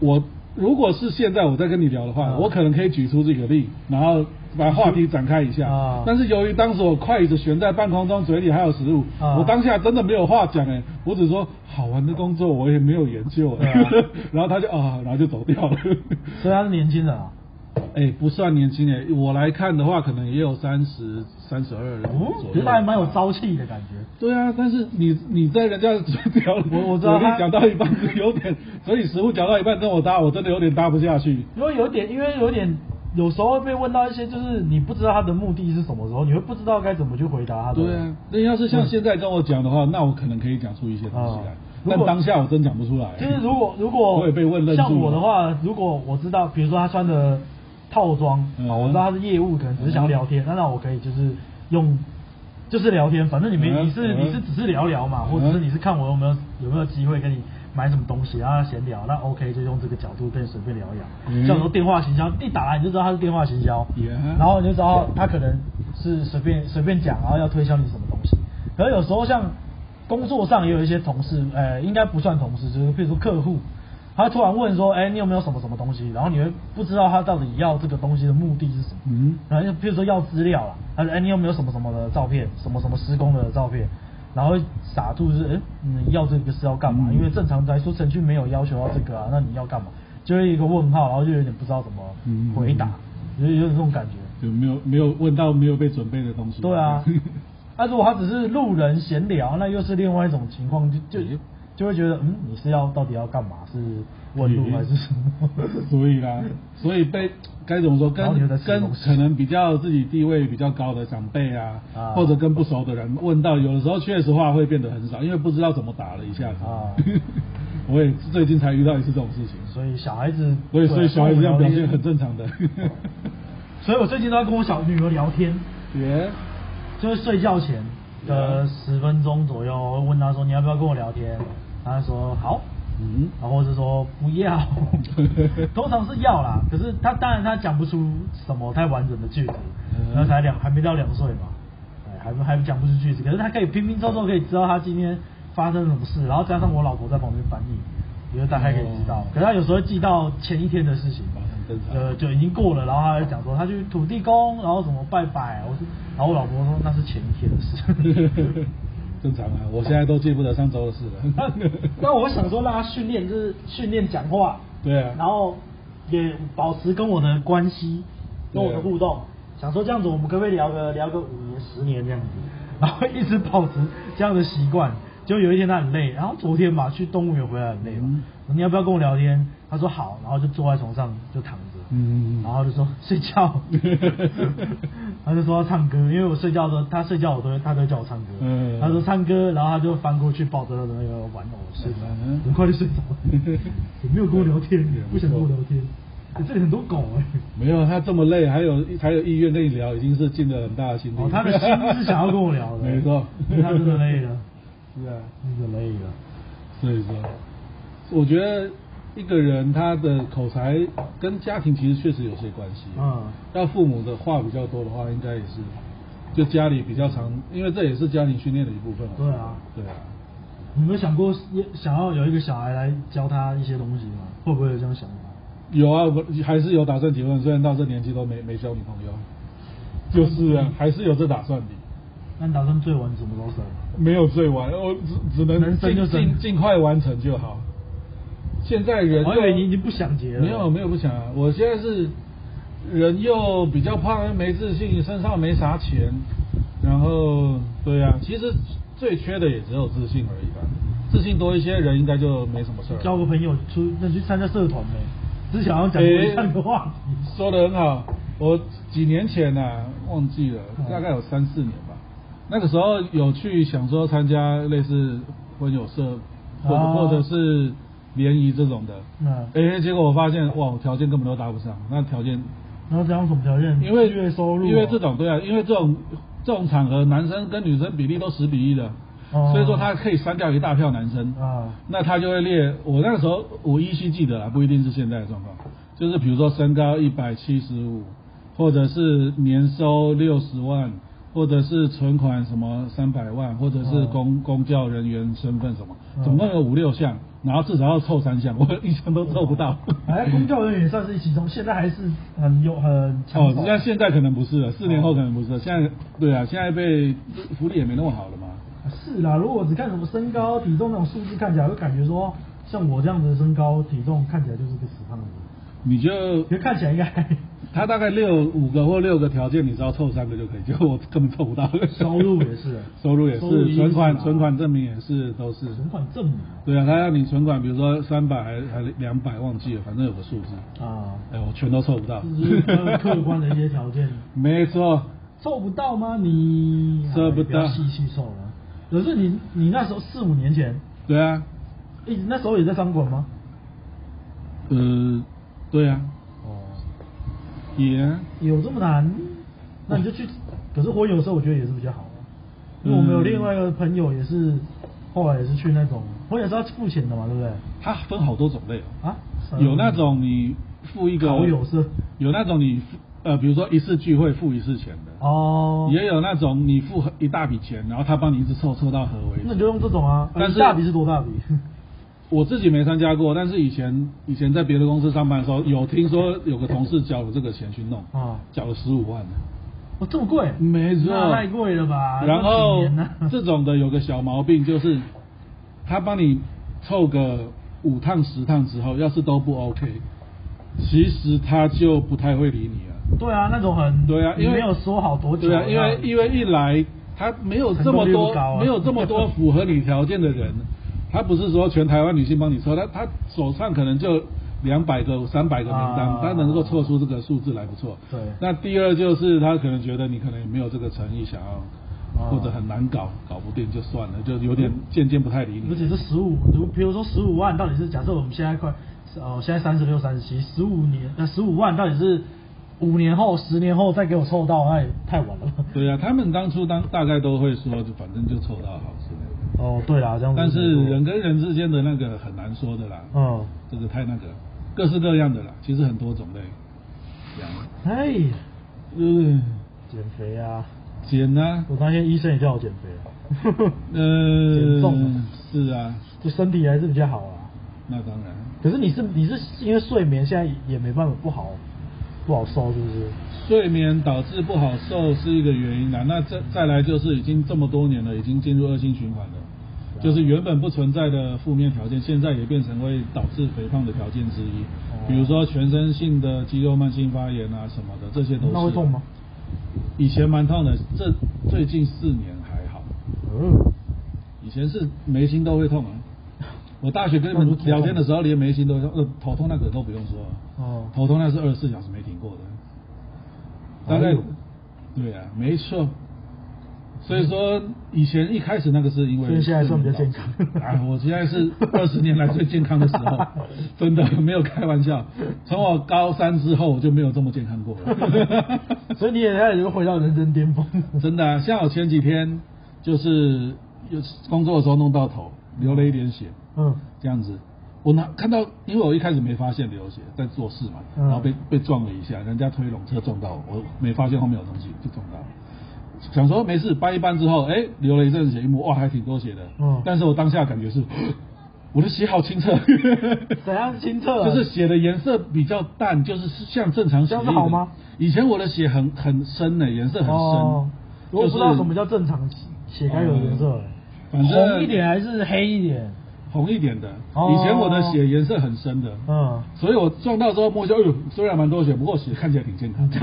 Speaker 1: 我如果是现在我在跟你聊的话，
Speaker 2: 啊
Speaker 1: 我可能可以举出这个例，然后把话题展开一下。
Speaker 2: 啊
Speaker 1: 但是由于当时我筷子悬在半空中，嘴里还有食物，
Speaker 2: 啊
Speaker 1: 我当下真的没有话讲哎、我只说好玩的工作我也没有研究哎、
Speaker 2: 对啊
Speaker 1: (laughs) 然后他就啊，然后就走掉了。 (laughs)
Speaker 2: 所以他是年轻人啊。
Speaker 1: 哎、不算年轻欸哎、我来看的话，可能也有三十三十二左右
Speaker 2: 哦哦，。觉得他还蛮有朝气的感觉。
Speaker 1: 对啊，但是你你在人家的嘴角，
Speaker 2: 我我知道他
Speaker 1: 力讲到一半有点，所以食物讲到一半跟我搭，我真的有点搭不下去。
Speaker 2: 因为有点，因为有点，有时候会被问到一些，就是你不知道他的目的是什么时候，你会不知道该怎么去回答他的。
Speaker 1: 对啊，那要是像现在跟我讲的话，那我可能可以讲出一些东西来
Speaker 2: 啊，如
Speaker 1: 但
Speaker 2: 果
Speaker 1: 当下我真讲不出来。
Speaker 2: 就是如果如果
Speaker 1: 我也被问愣住了
Speaker 2: 像我的话，如果我知道，比如说他穿的套装，
Speaker 1: 嗯
Speaker 2: 啊，我知道他是业务，可能只是想要聊天，那那我可以就是用就是聊天，反正你没
Speaker 1: 嗯
Speaker 2: 你是
Speaker 1: 嗯
Speaker 2: 你是只是聊聊嘛，或者是
Speaker 1: 嗯
Speaker 2: 你是看我有没有有没有机会跟你买什么东西，然后闲聊，那 OK 就用这个角度跟你随便聊一
Speaker 1: 嗯
Speaker 2: 聊。像有时候电话行销，一打来你就知道他是电话行销
Speaker 1: Yeah，
Speaker 2: 然后你就知道他可能是随便随便讲，然后要推销你什么东西。可是有时候像工作上也有一些同事，呃，应该不算同事，就是譬如说客户，他突然问说，哎、你有没有什么什么东西？然后你会不知道他到底要这个东西的目的是什么。
Speaker 1: 嗯
Speaker 2: 然后就譬如说要资料啦，他说，哎、你有没有什么什么的照片，什么什么施工的照片？然后傻住就是，哎、你要这个是要干嘛？
Speaker 1: 嗯
Speaker 2: 因为正常来说程序没有要求要这个啊，那你要干嘛？就是一个问号，然后就有点不知道怎
Speaker 1: 嗯
Speaker 2: 么回答，有有点这种感觉。
Speaker 1: 就没有没有问到没有被准备的东西。(laughs)
Speaker 2: 对啊，那、如果他只是路人闲聊，那又是另外一种情况，就就
Speaker 1: 咦
Speaker 2: 就会觉得，嗯，你是要到底要干嘛？是问路
Speaker 1: 咦
Speaker 2: 还是什么？
Speaker 1: (laughs) 所以啦，所以被该怎么说，
Speaker 2: 然后你
Speaker 1: 跟
Speaker 2: 又在吃
Speaker 1: 跟
Speaker 2: 东西
Speaker 1: 可能比较自己地位比较高的长辈啊，
Speaker 2: 啊
Speaker 1: 或者跟不熟的人问到，有的时候确实话会变得很少，因为不知道怎么答了一下子。
Speaker 2: 啊
Speaker 1: (laughs) 我也最近才遇到一次这种事情，
Speaker 2: 所以小孩子，啊
Speaker 1: 所以所以小孩子这样表现很正
Speaker 2: 正。
Speaker 1: 常的。 (laughs)
Speaker 2: (laughs) 所以我最近都在跟我小女儿聊天，
Speaker 1: 耶，
Speaker 2: 就是睡觉前的
Speaker 1: 啊
Speaker 2: 十分钟左右，我会问她说你要不要跟我聊天，她说好，
Speaker 1: 嗯，
Speaker 2: 然啊后是说不
Speaker 1: (laughs)
Speaker 2: 要，通常是要啦，可是他当然他讲不出什么太完整的句子，
Speaker 1: 嗯
Speaker 2: 然后才两还没到两岁嘛，哎还不还讲不出句子，可是他可以拼拼凑凑可以知道他今天发生了什么事，然后加上我老婆在旁边翻译，也就大概可以知道
Speaker 1: 哦，
Speaker 2: 可是他有时候会记到前一天的事情
Speaker 1: 哦很正，常
Speaker 2: 呃就已经过了，然后他就讲说他去土地公，然后怎么拜拜，我说，然后我老婆说那是前一天的事。
Speaker 1: (laughs)
Speaker 2: (laughs)
Speaker 1: 正常啊，我现在都记不得上周的事
Speaker 2: 那
Speaker 1: 了。 (laughs)
Speaker 2: 那我想说让他训练，就是训练讲话，
Speaker 1: 对啊
Speaker 2: 然后也保持跟我的关系，
Speaker 1: 啊
Speaker 2: 跟我的互动，想说这样子我们可不可以聊个聊个五年、十年这样子， (laughs) 然后一直保持这样的习惯。就有一天他很累，然后昨天嘛去动物园回来很累嘛，
Speaker 1: 嗯
Speaker 2: 我说你要不要跟我聊天？他说好，然后就坐在床上就躺着，
Speaker 1: 嗯嗯嗯
Speaker 2: 然后就说睡觉，他就说要唱歌，因为我睡觉的时候，他睡觉我都会他都会叫我唱歌，
Speaker 1: 嗯
Speaker 2: 他说唱歌，然后他就翻过去抱着那个玩偶睡着，
Speaker 1: 嗯
Speaker 2: 很快就睡着了，也没有跟我聊天，也不想跟我聊
Speaker 1: (laughs)
Speaker 2: 天。欸这里很多狗哎、
Speaker 1: 没有，他这么累，还有还有意愿跟你聊，已经是尽了很大的心力。
Speaker 2: 哦，他的心是想要跟我聊的，
Speaker 1: (laughs) 没错，
Speaker 2: 因为他真的累了，
Speaker 1: (laughs) 是啊，
Speaker 2: 真的累了。
Speaker 1: 所以说，我觉得一个人他的口才跟家庭其实确实有些关系。
Speaker 2: 嗯，
Speaker 1: 要父母的话比较多的话，应该也是，就家里比较常，因为这也是家庭训练的一部分嘛。
Speaker 2: 对啊
Speaker 1: 对啊，
Speaker 2: 你有没有想过想要有一个小孩来教他一些东西吗？会不会有这样想法？
Speaker 1: 有啊，我还是有打算结婚，虽然到这年纪都没没交女朋友，就是
Speaker 2: 嗯
Speaker 1: 啊，还是有这打算的。
Speaker 2: 那你打算最晚什么时候生？
Speaker 1: 没有最完，我只只能
Speaker 2: 能生
Speaker 1: 尽
Speaker 2: 就生
Speaker 1: 尽尽快完成就好。现在人
Speaker 2: 我以为
Speaker 1: 又
Speaker 2: 你已经不想结了。
Speaker 1: 没有没有不想啊，我现在是人又比较胖，又没自信，身上没啥钱，然后对啊，其实最缺的也只有自信而已吧。自信多一些，人应该就没什么事儿了。
Speaker 2: 交个朋友出，那去参加社团呗。只想要讲过一样的话题。
Speaker 1: 说的很好，我几年前呢、忘记了
Speaker 2: 嗯，
Speaker 1: 大概有三四年吧。那个时候有去想说参加类似婚友社，或者、
Speaker 2: 哦
Speaker 1: 或者是联谊这种的。
Speaker 2: 嗯，
Speaker 1: 哎、结果我发现哇，我条件根本都搭不上。那条件，
Speaker 2: 然后这样什么条件？
Speaker 1: 因为
Speaker 2: 月收入哦，
Speaker 1: 因为这种对啊，因为这种这种场合，男生跟女生比例都十比一的，
Speaker 2: 哦
Speaker 1: 所以说他可以删掉一大票男生。
Speaker 2: 啊，
Speaker 1: 那他就会列，我那时候我依稀记得啦，不一定是现在的状况，就是比如说身高一百七十五，或者是年收六十万，或者是存款什么三百万，或者是
Speaker 2: 嗯
Speaker 1: 公、公教人员身份什么，
Speaker 2: 嗯
Speaker 1: 总共有五六项，然后至少要凑三项，我一项都凑不到。 (clears throat)
Speaker 2: 哎，公教人员也算是其中，现在还是很有很抢
Speaker 1: 哦
Speaker 2: 手。，
Speaker 1: 那现在可能不是了，四年后
Speaker 2: 哦
Speaker 1: 可能不是了，现在对啊，现在被福利也没那么好了嘛。
Speaker 2: 啊是啦，如果只看什么身高、体重那种数字，看起来会感觉说，像我这样子的身高体重看起来就是个死胖子，
Speaker 1: 你就
Speaker 2: 可是看起来应该
Speaker 1: 他大概六五个或六个条件，你只要凑三个就可以，结果我根本凑不到。
Speaker 2: 收入也是
Speaker 1: (laughs)
Speaker 2: 啊
Speaker 1: 收入也
Speaker 2: 收入
Speaker 1: 是，
Speaker 2: 一定
Speaker 1: 存款
Speaker 2: 是啊
Speaker 1: 存款证明也是，都是。
Speaker 2: 存款证明
Speaker 1: 对啊，他要你存款，比如说三百还还两百，忘记了，反正有个数字。
Speaker 2: 啊，
Speaker 1: 哎，我全都凑不到。
Speaker 2: 这
Speaker 1: (laughs)
Speaker 2: 是比较客观的一些条件。
Speaker 1: 没错，
Speaker 2: 凑不到吗？你
Speaker 1: 凑不到
Speaker 2: 哎要细细凑了。可是你你那时候四五年前，
Speaker 1: 对啊，
Speaker 2: 一直那时候也在商管吗？
Speaker 1: 呃，对啊，
Speaker 2: 哦，
Speaker 1: 也啊
Speaker 2: 有这么难？那你就去。可是火影有时候我觉得也是比较好啊，因为我们有另外一个朋友也是，后来也是去那种火影是要付钱的嘛，对不对？
Speaker 1: 它分好多种类哦。
Speaker 2: 啊，
Speaker 1: 有那种你付一个
Speaker 2: 好友社
Speaker 1: 有那种你付呃，比如说一次聚会付一次钱的，
Speaker 2: 哦，
Speaker 1: 也有那种你付一大笔钱，然后他帮你一直凑凑到合为止。
Speaker 2: 那你就用这种啊。
Speaker 1: 但是
Speaker 2: 你大笔是多大笔？ (laughs)
Speaker 1: 我自己没参加过，但是以前以前在别的公司上班的时候，有听说有个同事缴了这个钱去弄，
Speaker 2: 啊，
Speaker 1: 缴了十五万，
Speaker 2: 哦，这么贵？
Speaker 1: 没错
Speaker 2: 那太贵了吧？
Speaker 1: 然
Speaker 2: 这
Speaker 1: 后
Speaker 2: 啊几年呢
Speaker 1: (laughs) 这种的有个小毛病就是，他帮你凑个五趟十趟之后，要是都不 OK，其实他就不太会理你了。
Speaker 2: 对啊，那种很
Speaker 1: 对啊，因为
Speaker 2: 你没有说好多久
Speaker 1: 对啊，因为因为一来他没有这么
Speaker 2: 成功率不
Speaker 1: 多、
Speaker 2: 高啊
Speaker 1: 没有这么多符合你条件的人，他不是说全台湾女性帮你抽，他他手上可能就两百个、三百个名单，
Speaker 2: 啊
Speaker 1: 他能够凑出这个数字来不错。
Speaker 2: 对
Speaker 1: 那第二就是他可能觉得你可能也没有这个诚意，想要、
Speaker 2: 啊
Speaker 1: 或者很难搞，搞不定就算了，就有点渐渐不太理
Speaker 2: 而且
Speaker 1: 你。
Speaker 2: 这十五，比如说十五万，到底是假设我们现在快，哦，现在三十六、三十七，十五年，那十五万到底是五年后、十年后再给我凑到，那也太晚了吧。
Speaker 1: 对啊，他们当初当大概都会说，就反正就凑到好之类的。
Speaker 2: 哦，对啦，这样子
Speaker 1: 但是
Speaker 2: 没错
Speaker 1: 人跟人之间的那个很难说的啦。
Speaker 2: 嗯，
Speaker 1: 这个太那个，各式各样的啦，其实很多种类。
Speaker 2: 哎，
Speaker 1: 嗯，
Speaker 2: 减肥啊！
Speaker 1: 减啊，
Speaker 2: 我发现医生也叫我减肥啊，减
Speaker 1: (laughs) 呃
Speaker 2: 重啊，
Speaker 1: 是啊，
Speaker 2: 就身体还是比较好啊。
Speaker 1: 那当然，
Speaker 2: 可是你是你是因为睡眠现在也没办法不好不好受，是不是？
Speaker 1: 睡眠导致不好受是一个原因啦。那再再来就是已经这么多年了，已经进入恶性循环了。
Speaker 2: 啊
Speaker 1: 就是原本不存在的负面条件，现在也变成会导致肥胖的条件之一，
Speaker 2: 哦
Speaker 1: 比如说全身性的肌肉慢性发炎啊什么的，这些都是。
Speaker 2: 那会痛吗？？
Speaker 1: 以前蛮痛的，这最近四年还好。
Speaker 2: 嗯，
Speaker 1: 以前是眉心都会痛
Speaker 2: (laughs)
Speaker 1: 啊。我大学跟你们聊天的时候，连眉心都会痛，呃，头痛那个都不用说了， (laughs)
Speaker 2: 哦，
Speaker 1: 头痛那是二十四小时没停过的，大
Speaker 2: 哎
Speaker 1: 概
Speaker 2: 呦，
Speaker 1: 对啊，没错。所以说，以前一开始那个是因为，
Speaker 2: 所以现在算比较健康
Speaker 1: 啊，我现在是二十年来最健康的时
Speaker 2: (laughs)
Speaker 1: 候，真的没有开玩笑。从我高三之后，我就没有这么健康过了。
Speaker 2: (laughs) 所以你也开始回到人生巅峰。
Speaker 1: (laughs) 真的啊、像我前几天就是有工作的时候弄到头，流了一点血，
Speaker 2: 嗯，
Speaker 1: 这样子。我拿看到，因为我一开始没发现流血，在做事嘛，
Speaker 2: 嗯
Speaker 1: 然后被被撞了一下，人家推拢车撞到我，我没发现后面有东西，就撞到了。想说没事，掰一掰之后，哎、流了一阵血，一摸，哇，还挺多血的。
Speaker 2: 嗯
Speaker 1: 但是我当下感觉是， (gasps) 我的血好清澈，
Speaker 2: (laughs) 怎样清澈啊？
Speaker 1: 就是血的颜色比较淡，就是像正常血
Speaker 2: 这
Speaker 1: 液
Speaker 2: 样
Speaker 1: 的。
Speaker 2: 是好吗
Speaker 1: 以前我的血很很深呢、颜色很深。
Speaker 2: 哦，我不知道
Speaker 1: 就是
Speaker 2: 什么叫正常血该有的颜色，欸
Speaker 1: 反正
Speaker 2: 红一点还是黑一点？
Speaker 1: 红一点的。
Speaker 2: 哦
Speaker 1: 以前我的血颜色很深的，
Speaker 2: 嗯，
Speaker 1: 所以我撞到之后摸一下，哎呦，虽然蛮多血，不过血看起来挺健 (laughs) 康的，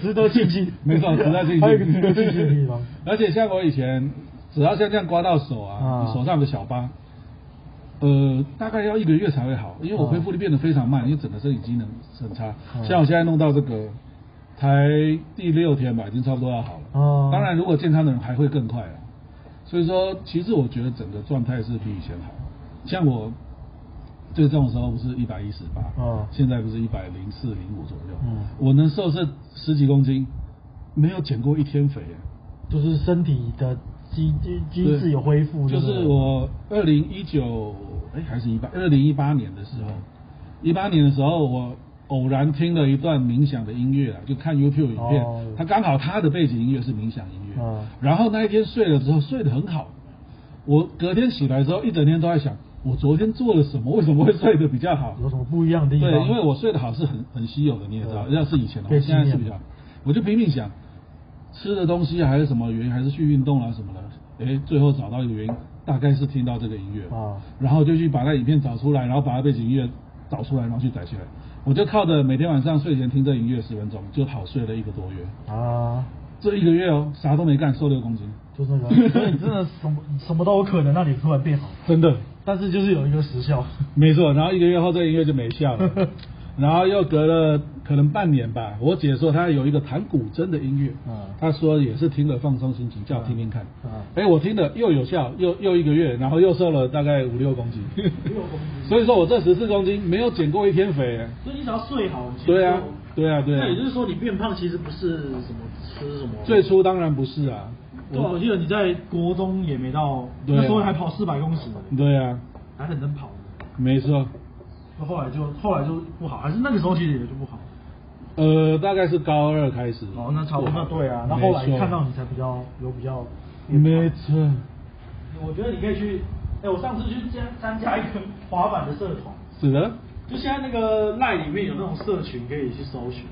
Speaker 2: 值得庆幸
Speaker 1: 嗯 (laughs) 没错，值得庆幸。
Speaker 2: 还有一个值得庆幸的地方。
Speaker 1: (laughs) 而且像我以前，只要像这样刮到手啊，
Speaker 2: 啊
Speaker 1: 你手上的小疤。呃，大概要一个月才会好，因为我恢复力变得非常慢，因为整个身体机能很差。
Speaker 2: 嗯
Speaker 1: 像我现在弄到这个，才第六天吧，已经差不多要好了。
Speaker 2: 哦
Speaker 1: 当然，如果健康的人还会更快了。啊所以说，其实我觉得整个状态是比以前好。像我最重的时候不是一百一十八，
Speaker 2: 哦
Speaker 1: 现在不是一百零四零五左右。
Speaker 2: 嗯
Speaker 1: 我能瘦是十几公斤，没有减过一天肥耶。
Speaker 2: 就是身体的机机机制有恢复，
Speaker 1: 就
Speaker 2: 对不对
Speaker 1: 是我二零一九哎还是一八二零一八年的时候，一八年的时候我偶然听了一段冥想的音乐啊，就看 YouTube 影片
Speaker 2: 哦，
Speaker 1: 他刚好他的背景音乐是冥想音乐
Speaker 2: 嗯，
Speaker 1: 然后那一天睡了之后睡得很好，我隔天起来之后一整天都在想，我昨天做了什么，为什么会睡得比较好？
Speaker 2: 有什么不一样的地方？
Speaker 1: 对，因为我睡得好是很很稀有的，你也知道，
Speaker 2: 对
Speaker 1: 要是以前的话，
Speaker 2: 被
Speaker 1: 现在
Speaker 2: 纪
Speaker 1: 是
Speaker 2: 念
Speaker 1: 比较，我就拼命想吃的东西啊还是什么原因，还是去运动啊什么的，诶，最后找到一个原因，大概是听到这个音乐，
Speaker 2: 啊
Speaker 1: 然后就去把那影片找出来，然后把它背景音乐找出来，然后去载起来，我就靠着每天晚上睡前听这音乐十分钟，就好睡了一个多月。
Speaker 2: 啊，
Speaker 1: 这一个月哦，啥都没干，瘦六公斤，
Speaker 2: 就这个，
Speaker 4: 所以你真的什么什么都有可能让你突然变好。
Speaker 1: 真的，
Speaker 2: 但是就是有一个时 (laughs) 效，
Speaker 1: 没错。然后一个月后，这音乐就没效了。
Speaker 2: (laughs)
Speaker 1: 然后又隔了可能半年吧，我姐说她有一个弹古筝的音乐，
Speaker 2: 嗯
Speaker 1: 她说也是听了放松心情，叫我听听看。
Speaker 2: 嗯
Speaker 1: 哎、我听了又有效，又又一个月，然后又瘦了大概五六公斤。所以说我这十四公斤没有减过一天肥、哎
Speaker 2: 所以你只要睡好，你其实
Speaker 1: 对啊
Speaker 2: 就，
Speaker 1: 对啊，对啊
Speaker 2: 那。也就是说，你变胖其实不是什么吃什么。
Speaker 1: 最初当然不是啊，
Speaker 2: 对啊，我记得你在国中也没到，
Speaker 1: 对啊
Speaker 2: 那时候还跑四百公尺，
Speaker 1: 对啊，
Speaker 2: 还很能跑。
Speaker 1: 没错。
Speaker 2: 那后来就后来就不好，还是那个时候其实也就不好。
Speaker 1: 呃，大概是高二开始。
Speaker 2: 哦，那差不多。那对啊，那
Speaker 1: 没
Speaker 2: 后
Speaker 1: 错
Speaker 2: 来看到你才比较有比较。
Speaker 1: 没错。
Speaker 2: 我觉得你可以去，哎，我上次去参参加一个滑板的社团，
Speaker 1: 是的，
Speaker 2: 就现在那个赖里面有那种社群可以去搜寻，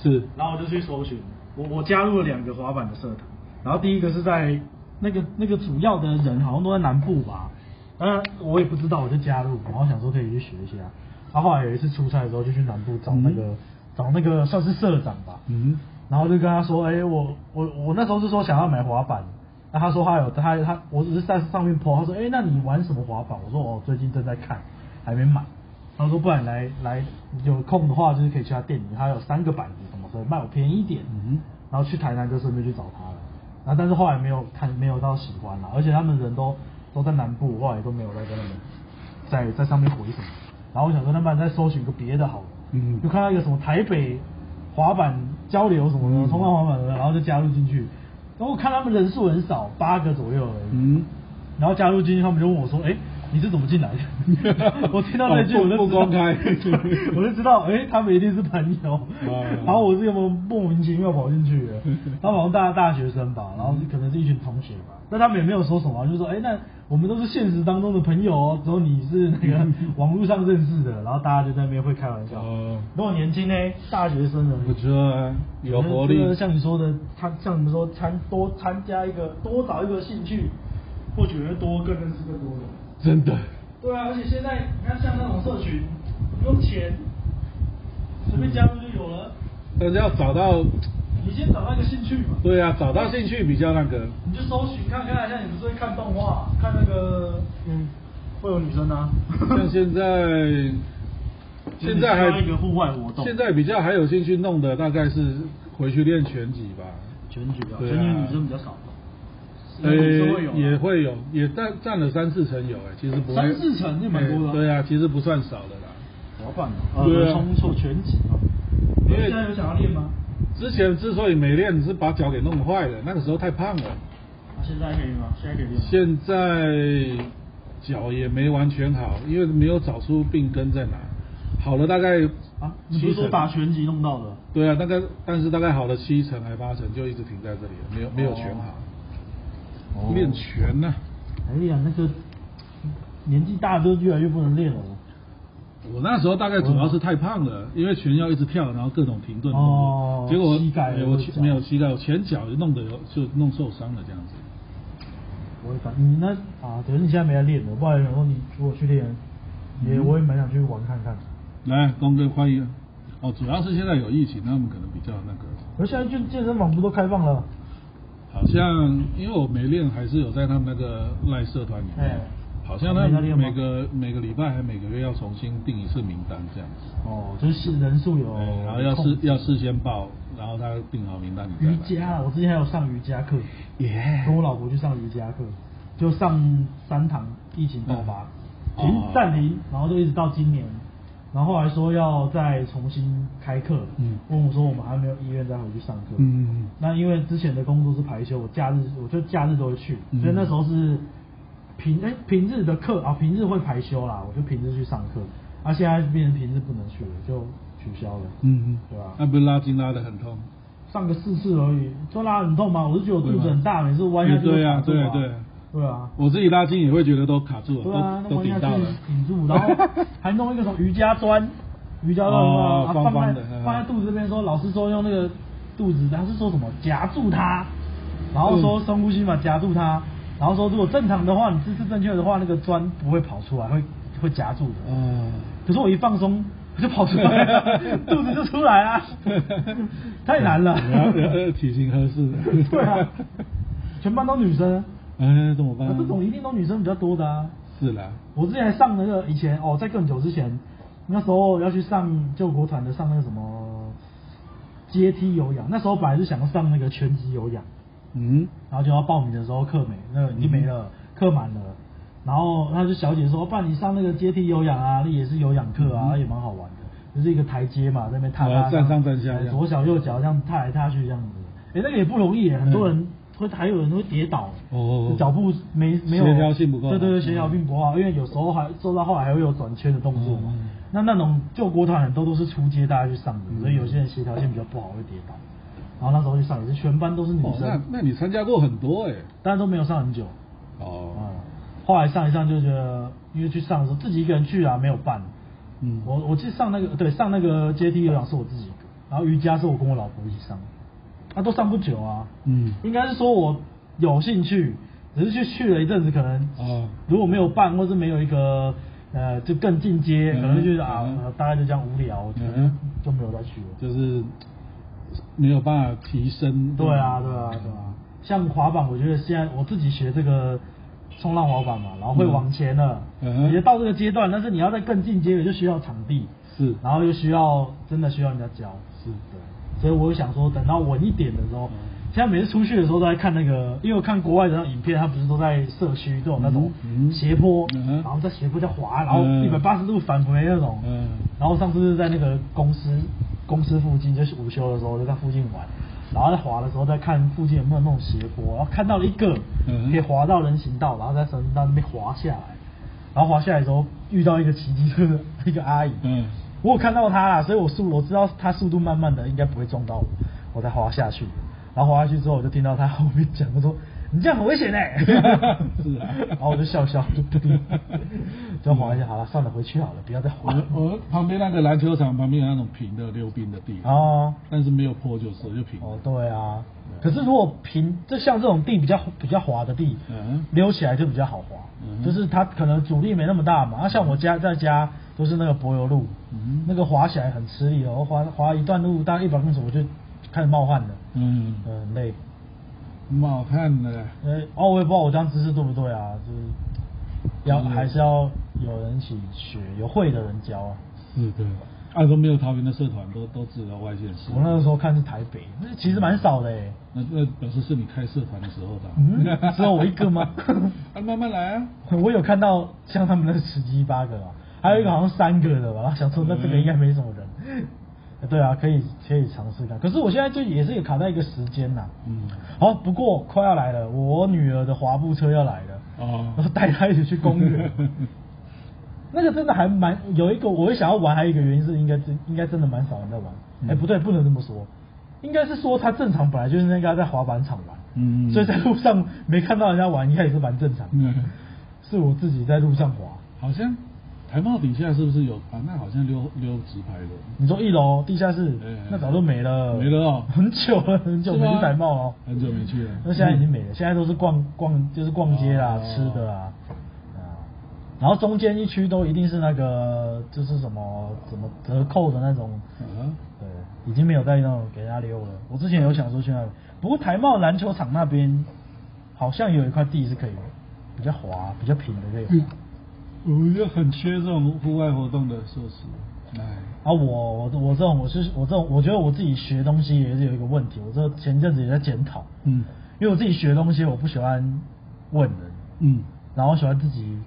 Speaker 1: 是
Speaker 2: 然后我就去搜寻，我我加入了两个滑板的社团，然后第一个是在那个那个主要的人好像都在南部吧，嗯，我也不知道，我就加入，然后想说可以去学一下，然后后来有一次出差的时候就去南部找那个、找那个算是社长吧，
Speaker 1: 嗯，
Speaker 2: 然后就跟他说，哎、我我我那时候是说想要买滑板，那他说他有他他，我只是在上面 po，他说，哎、那你玩什么滑板？我说我、哦、最近正在看，还没买。他说不然来来有空的话，就是可以去他店里，他有三个板子什么的，卖我便宜一点。
Speaker 1: 嗯
Speaker 2: 然后去台南就顺便去找他了，然后但是后来没有看没有到喜欢了，而且他们人都都在南部，后来都没有再跟他们在在上面回什么。然后我想说，那不然再搜寻个别的好了，
Speaker 1: 嗯
Speaker 2: 就看到一个什么台北滑板交流什么
Speaker 1: 嗯
Speaker 2: 的，冲浪滑板的，然后就加入进去。然后我看他们人数很少，八个左右而已。
Speaker 1: 嗯，
Speaker 2: 然后加入进去，他们就问我说：“哎、你是怎么进来的？” (laughs) 我听到那句
Speaker 1: 哦不
Speaker 2: 我就知道
Speaker 1: 不公开
Speaker 2: (laughs) 我就知道，哎、他们一定是
Speaker 1: (laughs)
Speaker 2: 朋友
Speaker 1: 哦。
Speaker 2: 然后我是有没有莫名其妙跑进去的？他们好像大大学生
Speaker 1: 嗯
Speaker 2: 吧，然后可能是一群同学吧。那他们也没有说什么，就说：“哎、那我们都是现实当中的朋友哦，只有你是那
Speaker 1: (laughs)
Speaker 2: 个网络上认识的。”然后大家就在那边会开玩笑。
Speaker 1: 哦
Speaker 2: 如果年轻呢，大学生人
Speaker 1: 不错啊，有活
Speaker 2: 就
Speaker 1: 力
Speaker 2: 是。像你说的，参像你们说参多参加一个多找一个兴趣，或许会多更认识更多人。
Speaker 1: 真的，
Speaker 2: 对啊，而且现在你看像那种社群，不用钱，随便加入就有了。
Speaker 1: 但是要找到，
Speaker 2: 你先找到一个兴趣嘛，
Speaker 1: 对啊，找到兴趣比较那个，
Speaker 2: 你就搜寻看看，像你们是会看动画，看那个嗯，会有女生啊，
Speaker 1: 像现
Speaker 2: (laughs)
Speaker 1: 在，现在还
Speaker 2: 就是需要一个户外活动
Speaker 1: 现在比较还有兴趣弄的大概是回去练拳击吧。
Speaker 2: 全举啊，
Speaker 1: 对
Speaker 2: 全
Speaker 1: 啊
Speaker 2: 举女生比较少吧。
Speaker 1: 呃
Speaker 2: 女生会有啊
Speaker 1: 也会有，也占占了三四成有，哎，其实不会
Speaker 2: 三四成也蛮多的啊
Speaker 1: 哎对啊，其实不算少的啦。
Speaker 2: 老板
Speaker 1: 啊
Speaker 2: 啊，
Speaker 1: 对啊
Speaker 2: 冲错全集啊。
Speaker 1: 因为
Speaker 2: 你现在有想要练吗？
Speaker 1: 之前之所以没练，是把脚给弄坏了，那个时候太胖了。
Speaker 2: 啊，现在可以吗？现在可以练吗？
Speaker 1: 现在脚也没完全好，因为没有找出病根在哪。好了大概
Speaker 2: 啊，你不
Speaker 1: 七
Speaker 2: 是
Speaker 1: 成
Speaker 2: 说打拳击弄到的？
Speaker 1: 对啊，大概但是大概好了七成还八成，就一直停在这里了，没有没有全好。啊
Speaker 2: 哦
Speaker 1: 练拳呢、
Speaker 2: 哎呀，那个年纪大就越来越不能练了。
Speaker 1: 我那时候大概主要是太胖了，因为拳要一直跳，然后各种停顿动作，
Speaker 2: 哦
Speaker 1: 结果
Speaker 2: 膝盖
Speaker 1: 哎我
Speaker 2: 或者
Speaker 1: 前
Speaker 2: 脚
Speaker 1: 没有膝盖，我前脚就弄得有就弄受伤了这样子。
Speaker 2: 我也感你那啊，等于你现在没在练了，不然然后你如果去练，
Speaker 1: 嗯
Speaker 2: 也我也蛮想去玩看看。
Speaker 1: 来，光哥欢迎。哦，主要是现在有疫情，他们可能比较那个。
Speaker 2: 而现在就健身房不都开放了？
Speaker 1: 好像因为我没练，还是有在他们那个赖社团里面
Speaker 2: 哎。
Speaker 1: 好像他
Speaker 2: 没在
Speaker 1: 们
Speaker 2: 练吗
Speaker 1: 每个每个礼拜还每个月要重新定一次名单这样子，
Speaker 2: 哦，就是人数有
Speaker 1: 对，然后要
Speaker 2: 控
Speaker 1: 事
Speaker 2: 制
Speaker 1: 要事先报，然后他定好名单你再
Speaker 2: 瑜
Speaker 1: 来。
Speaker 2: 伽，我之前还有上瑜伽课，
Speaker 1: 耶
Speaker 2: 跟我老婆去上瑜伽课，就上三堂，疫情爆发，
Speaker 1: 嗯
Speaker 2: 停
Speaker 1: 哦
Speaker 2: 暂停，然后就一直到今年，然后后来说要再重新开课，
Speaker 1: 嗯
Speaker 2: 问我说我们还没有意愿再回去上课，
Speaker 1: 嗯
Speaker 2: 那因为之前的工作是排休，我假日我就假日都会去，
Speaker 1: 嗯
Speaker 2: 所以那时候是平哎、平日的课啊，平日会排休啦，我就平日去上课，啊现在变成平日不能去了，就取消了，
Speaker 1: 嗯，
Speaker 2: 对啊吧
Speaker 1: 那不是拉筋拉得很痛？
Speaker 2: 上个四次而已，就拉很痛嘛。我是觉得我肚子很大，每次弯下去都
Speaker 1: 对啊
Speaker 2: 卡住
Speaker 1: 对啊
Speaker 2: 对啊，
Speaker 1: 我自己拉筋也会觉得都卡住
Speaker 2: 对啊
Speaker 1: 了，，
Speaker 2: 那
Speaker 1: 都都
Speaker 2: 弯
Speaker 1: 顶
Speaker 2: 下
Speaker 1: 到
Speaker 2: 去
Speaker 1: 了。
Speaker 2: 顶住，然
Speaker 1: (laughs)
Speaker 2: 后还弄一个什么瑜伽砖，瑜伽砖
Speaker 1: 哦
Speaker 2: 啊
Speaker 1: 方
Speaker 2: 放
Speaker 1: 方
Speaker 2: 在
Speaker 1: 的嗯
Speaker 2: 放在肚子这边说，老师说用那个肚子，他是说什么夹住它，然后说
Speaker 1: 嗯
Speaker 2: 深呼吸嘛，夹住它，然后说如果正常的话，你姿势正确的话，那个砖不会跑出来，会会夹住的。
Speaker 1: 哦，
Speaker 2: 可是我一放松，我就跑出
Speaker 1: (laughs)
Speaker 2: 来了，肚子就出来了，太难了。
Speaker 1: 然后然后体型合适的，
Speaker 2: 对啊，全班都女生，
Speaker 1: (laughs) 哎，怎么办
Speaker 2: 那？这种一定都女生比较多的啊。
Speaker 1: 是啦，
Speaker 2: 我之前还上那个以前哦，在更久之前，那时候要去上救国团的上那个什么阶梯有氧，那时候本来是想上那个拳击有氧，
Speaker 1: 嗯，
Speaker 2: 然后就要报名的时候课没，那个已经没了，课满了，然后那就小姐说，不然你上那个阶梯有氧啊，那也是有氧课啊，也蛮好玩的，就是一个台阶嘛，在那边踏
Speaker 1: 呃
Speaker 2: 踏
Speaker 1: 站上站下
Speaker 2: 哎
Speaker 1: 这样
Speaker 2: 左小右脚这样踏来踏去这样子，哎，那个也不容易耶，很多人会还有人会跌倒，
Speaker 1: 哦
Speaker 2: 脚步没没有
Speaker 1: 协调性不够
Speaker 2: 对对对，协调性不好，因为有时候还做到后来还会有转圈的动作嘛。那那种救国团很多都是出街大家去上的，所以有些人协调性比较不好会跌倒。然后那时候去上也是全班都是女
Speaker 1: 哦，
Speaker 2: 生，
Speaker 1: 那那你参加过很多哎，
Speaker 2: 但都没有上很久。
Speaker 1: 哦
Speaker 2: 嗯，，后来上一上就觉得，因为去上的时候自己一个人去啊，没有伴。
Speaker 1: 嗯，
Speaker 2: 我我去上那个对上那个阶梯有氧是我自己一个，然后瑜伽是我跟我老婆一起上，那、都上不久啊。
Speaker 1: 嗯
Speaker 2: 应该是说我有兴趣，只是去去了一阵子，可能
Speaker 1: 哦，
Speaker 2: 如果没有办，或是没有一个呃，就更进阶，
Speaker 1: 嗯
Speaker 2: 可能就是啊
Speaker 1: 嗯，
Speaker 2: 大概就这样无聊，就
Speaker 1: 嗯
Speaker 2: 就没有再去了。
Speaker 1: 就是没有办法提升。
Speaker 2: 对啊，对啊，对啊。像滑板，我觉得现在我自己学这个冲浪滑板嘛，然后会往前了，
Speaker 1: 嗯嗯
Speaker 2: 也到这个阶段，但是你要再更进阶，就需要场地，
Speaker 1: 是
Speaker 2: 然后又需要真的需要人家教，
Speaker 1: 是
Speaker 2: 对。所以我就想说，等到稳一点的时候
Speaker 1: 嗯，
Speaker 2: 现在每次出去的时候都在看那个，因为我看国外的那种影片，他不是都在社区这种那种
Speaker 1: 嗯嗯
Speaker 2: 斜坡，
Speaker 1: 嗯哼
Speaker 2: 然后在斜坡再滑，然后
Speaker 1: 嗯
Speaker 2: 一百八十度返回那种，
Speaker 1: 嗯
Speaker 2: 然后上次是在那个公司公司附近，就是午休的时候就在附近玩，然后在滑的时候在看附近有没有那种斜坡，然后看到了一个
Speaker 1: 嗯
Speaker 2: 可以滑到人行道，然后在人行道那边滑下来，然后滑下来的时候遇到一个骑机车的一个阿姨，
Speaker 1: 嗯，
Speaker 2: 我有看到她啦，所以我速我知道她速度慢慢的应该不会撞到我，我才滑下去，然后滑下去之后我就听到她后面讲，她说你这样很危险哎、
Speaker 1: (laughs) 是啊
Speaker 2: 然后我就笑笑，就
Speaker 1: (laughs)
Speaker 2: 就滑一下，好了，算了，回去好了，不要再滑了
Speaker 1: 我。我旁边那个篮球场旁边有那种平的溜冰的地，
Speaker 2: 哦
Speaker 1: 但是没有坡就是就平。
Speaker 2: 哦，对啊。可是如果平，就像这种地比较比较滑的地，
Speaker 1: 嗯
Speaker 2: 溜起来就比较好滑，
Speaker 1: 嗯哼
Speaker 2: 就是它可能阻力没那么大嘛。啊、像我家在家都是那个柏油路，
Speaker 1: 嗯
Speaker 2: 那个滑起来很吃力哦，我滑滑一段路大概一百公尺我就开始冒汗了，
Speaker 1: 嗯，
Speaker 2: 嗯，很累。
Speaker 1: 冒汗了。
Speaker 2: 呃，哦，我也不知道我这样姿势对不对啊，就是要、
Speaker 1: 嗯
Speaker 2: 还是要有人一起学，有会的人教啊。
Speaker 1: 是的，爱啊都没有桃园的社团，都都只有外县市。
Speaker 2: 我那个时候看是台北，那其实蛮少的欸诶。
Speaker 1: 那那表示是你开社团的时候吧？
Speaker 2: 嗯只有我一个吗
Speaker 1: (laughs) 啊，慢慢来啊。
Speaker 2: (laughs) 我有看到像他们那十几八个啊，还有一个好像三个的吧， (laughs) 想说那这个应该没什么人。
Speaker 1: 嗯
Speaker 2: 对啊，可以可以尝试看，可是我现在就也是有卡在一个时间呐、
Speaker 1: 嗯，
Speaker 2: 好，不过快要来了，我女儿的滑步车要来了，
Speaker 1: 哦 (laughs)
Speaker 2: 然后带她一起去公 (laughs) 园。那个真的还蛮有一个，我会想要玩，还有一个原因是应该真应该真的蛮少人在玩。哎、
Speaker 1: 嗯
Speaker 2: 不对，不能这么说，应该是说他正常本来就是那个在滑板场玩，
Speaker 1: 嗯
Speaker 2: 所以在路上没看到人家玩，应该也是蛮正常的。
Speaker 1: 嗯
Speaker 2: 是我自己在路上滑，
Speaker 1: 好像台茂底下是不是有啊？那好像溜溜直排的，
Speaker 2: 你说一楼地下室、
Speaker 1: 嗯
Speaker 2: 那早就没了，
Speaker 1: 没了哦
Speaker 2: 很久了，很久
Speaker 1: 是
Speaker 2: 没
Speaker 1: 吗
Speaker 2: 去台茂哦，
Speaker 1: 很久没去了。
Speaker 2: 那现在已经没了，现在都是逛逛，就是逛街啦、
Speaker 1: 哦
Speaker 2: 吃的啊，啊，然后中间一区都一定是那个，就是什么什么折扣的那种，
Speaker 1: 嗯
Speaker 2: 对，已经没有在那种给人家溜了。我之前有想说去那里，不过台茂篮球场那边好像有一块地是可以比较滑、比较平的可以滑。
Speaker 1: 嗯我们就很缺这种户外活动的设施。哎，
Speaker 2: 啊，我我我这种我是我这种，我觉得我自己学东西也是有一个问题，我这前阵子也在检讨，
Speaker 1: 嗯
Speaker 2: 因为我自己学东西我不喜欢问人，
Speaker 1: 嗯
Speaker 2: 然后喜欢自己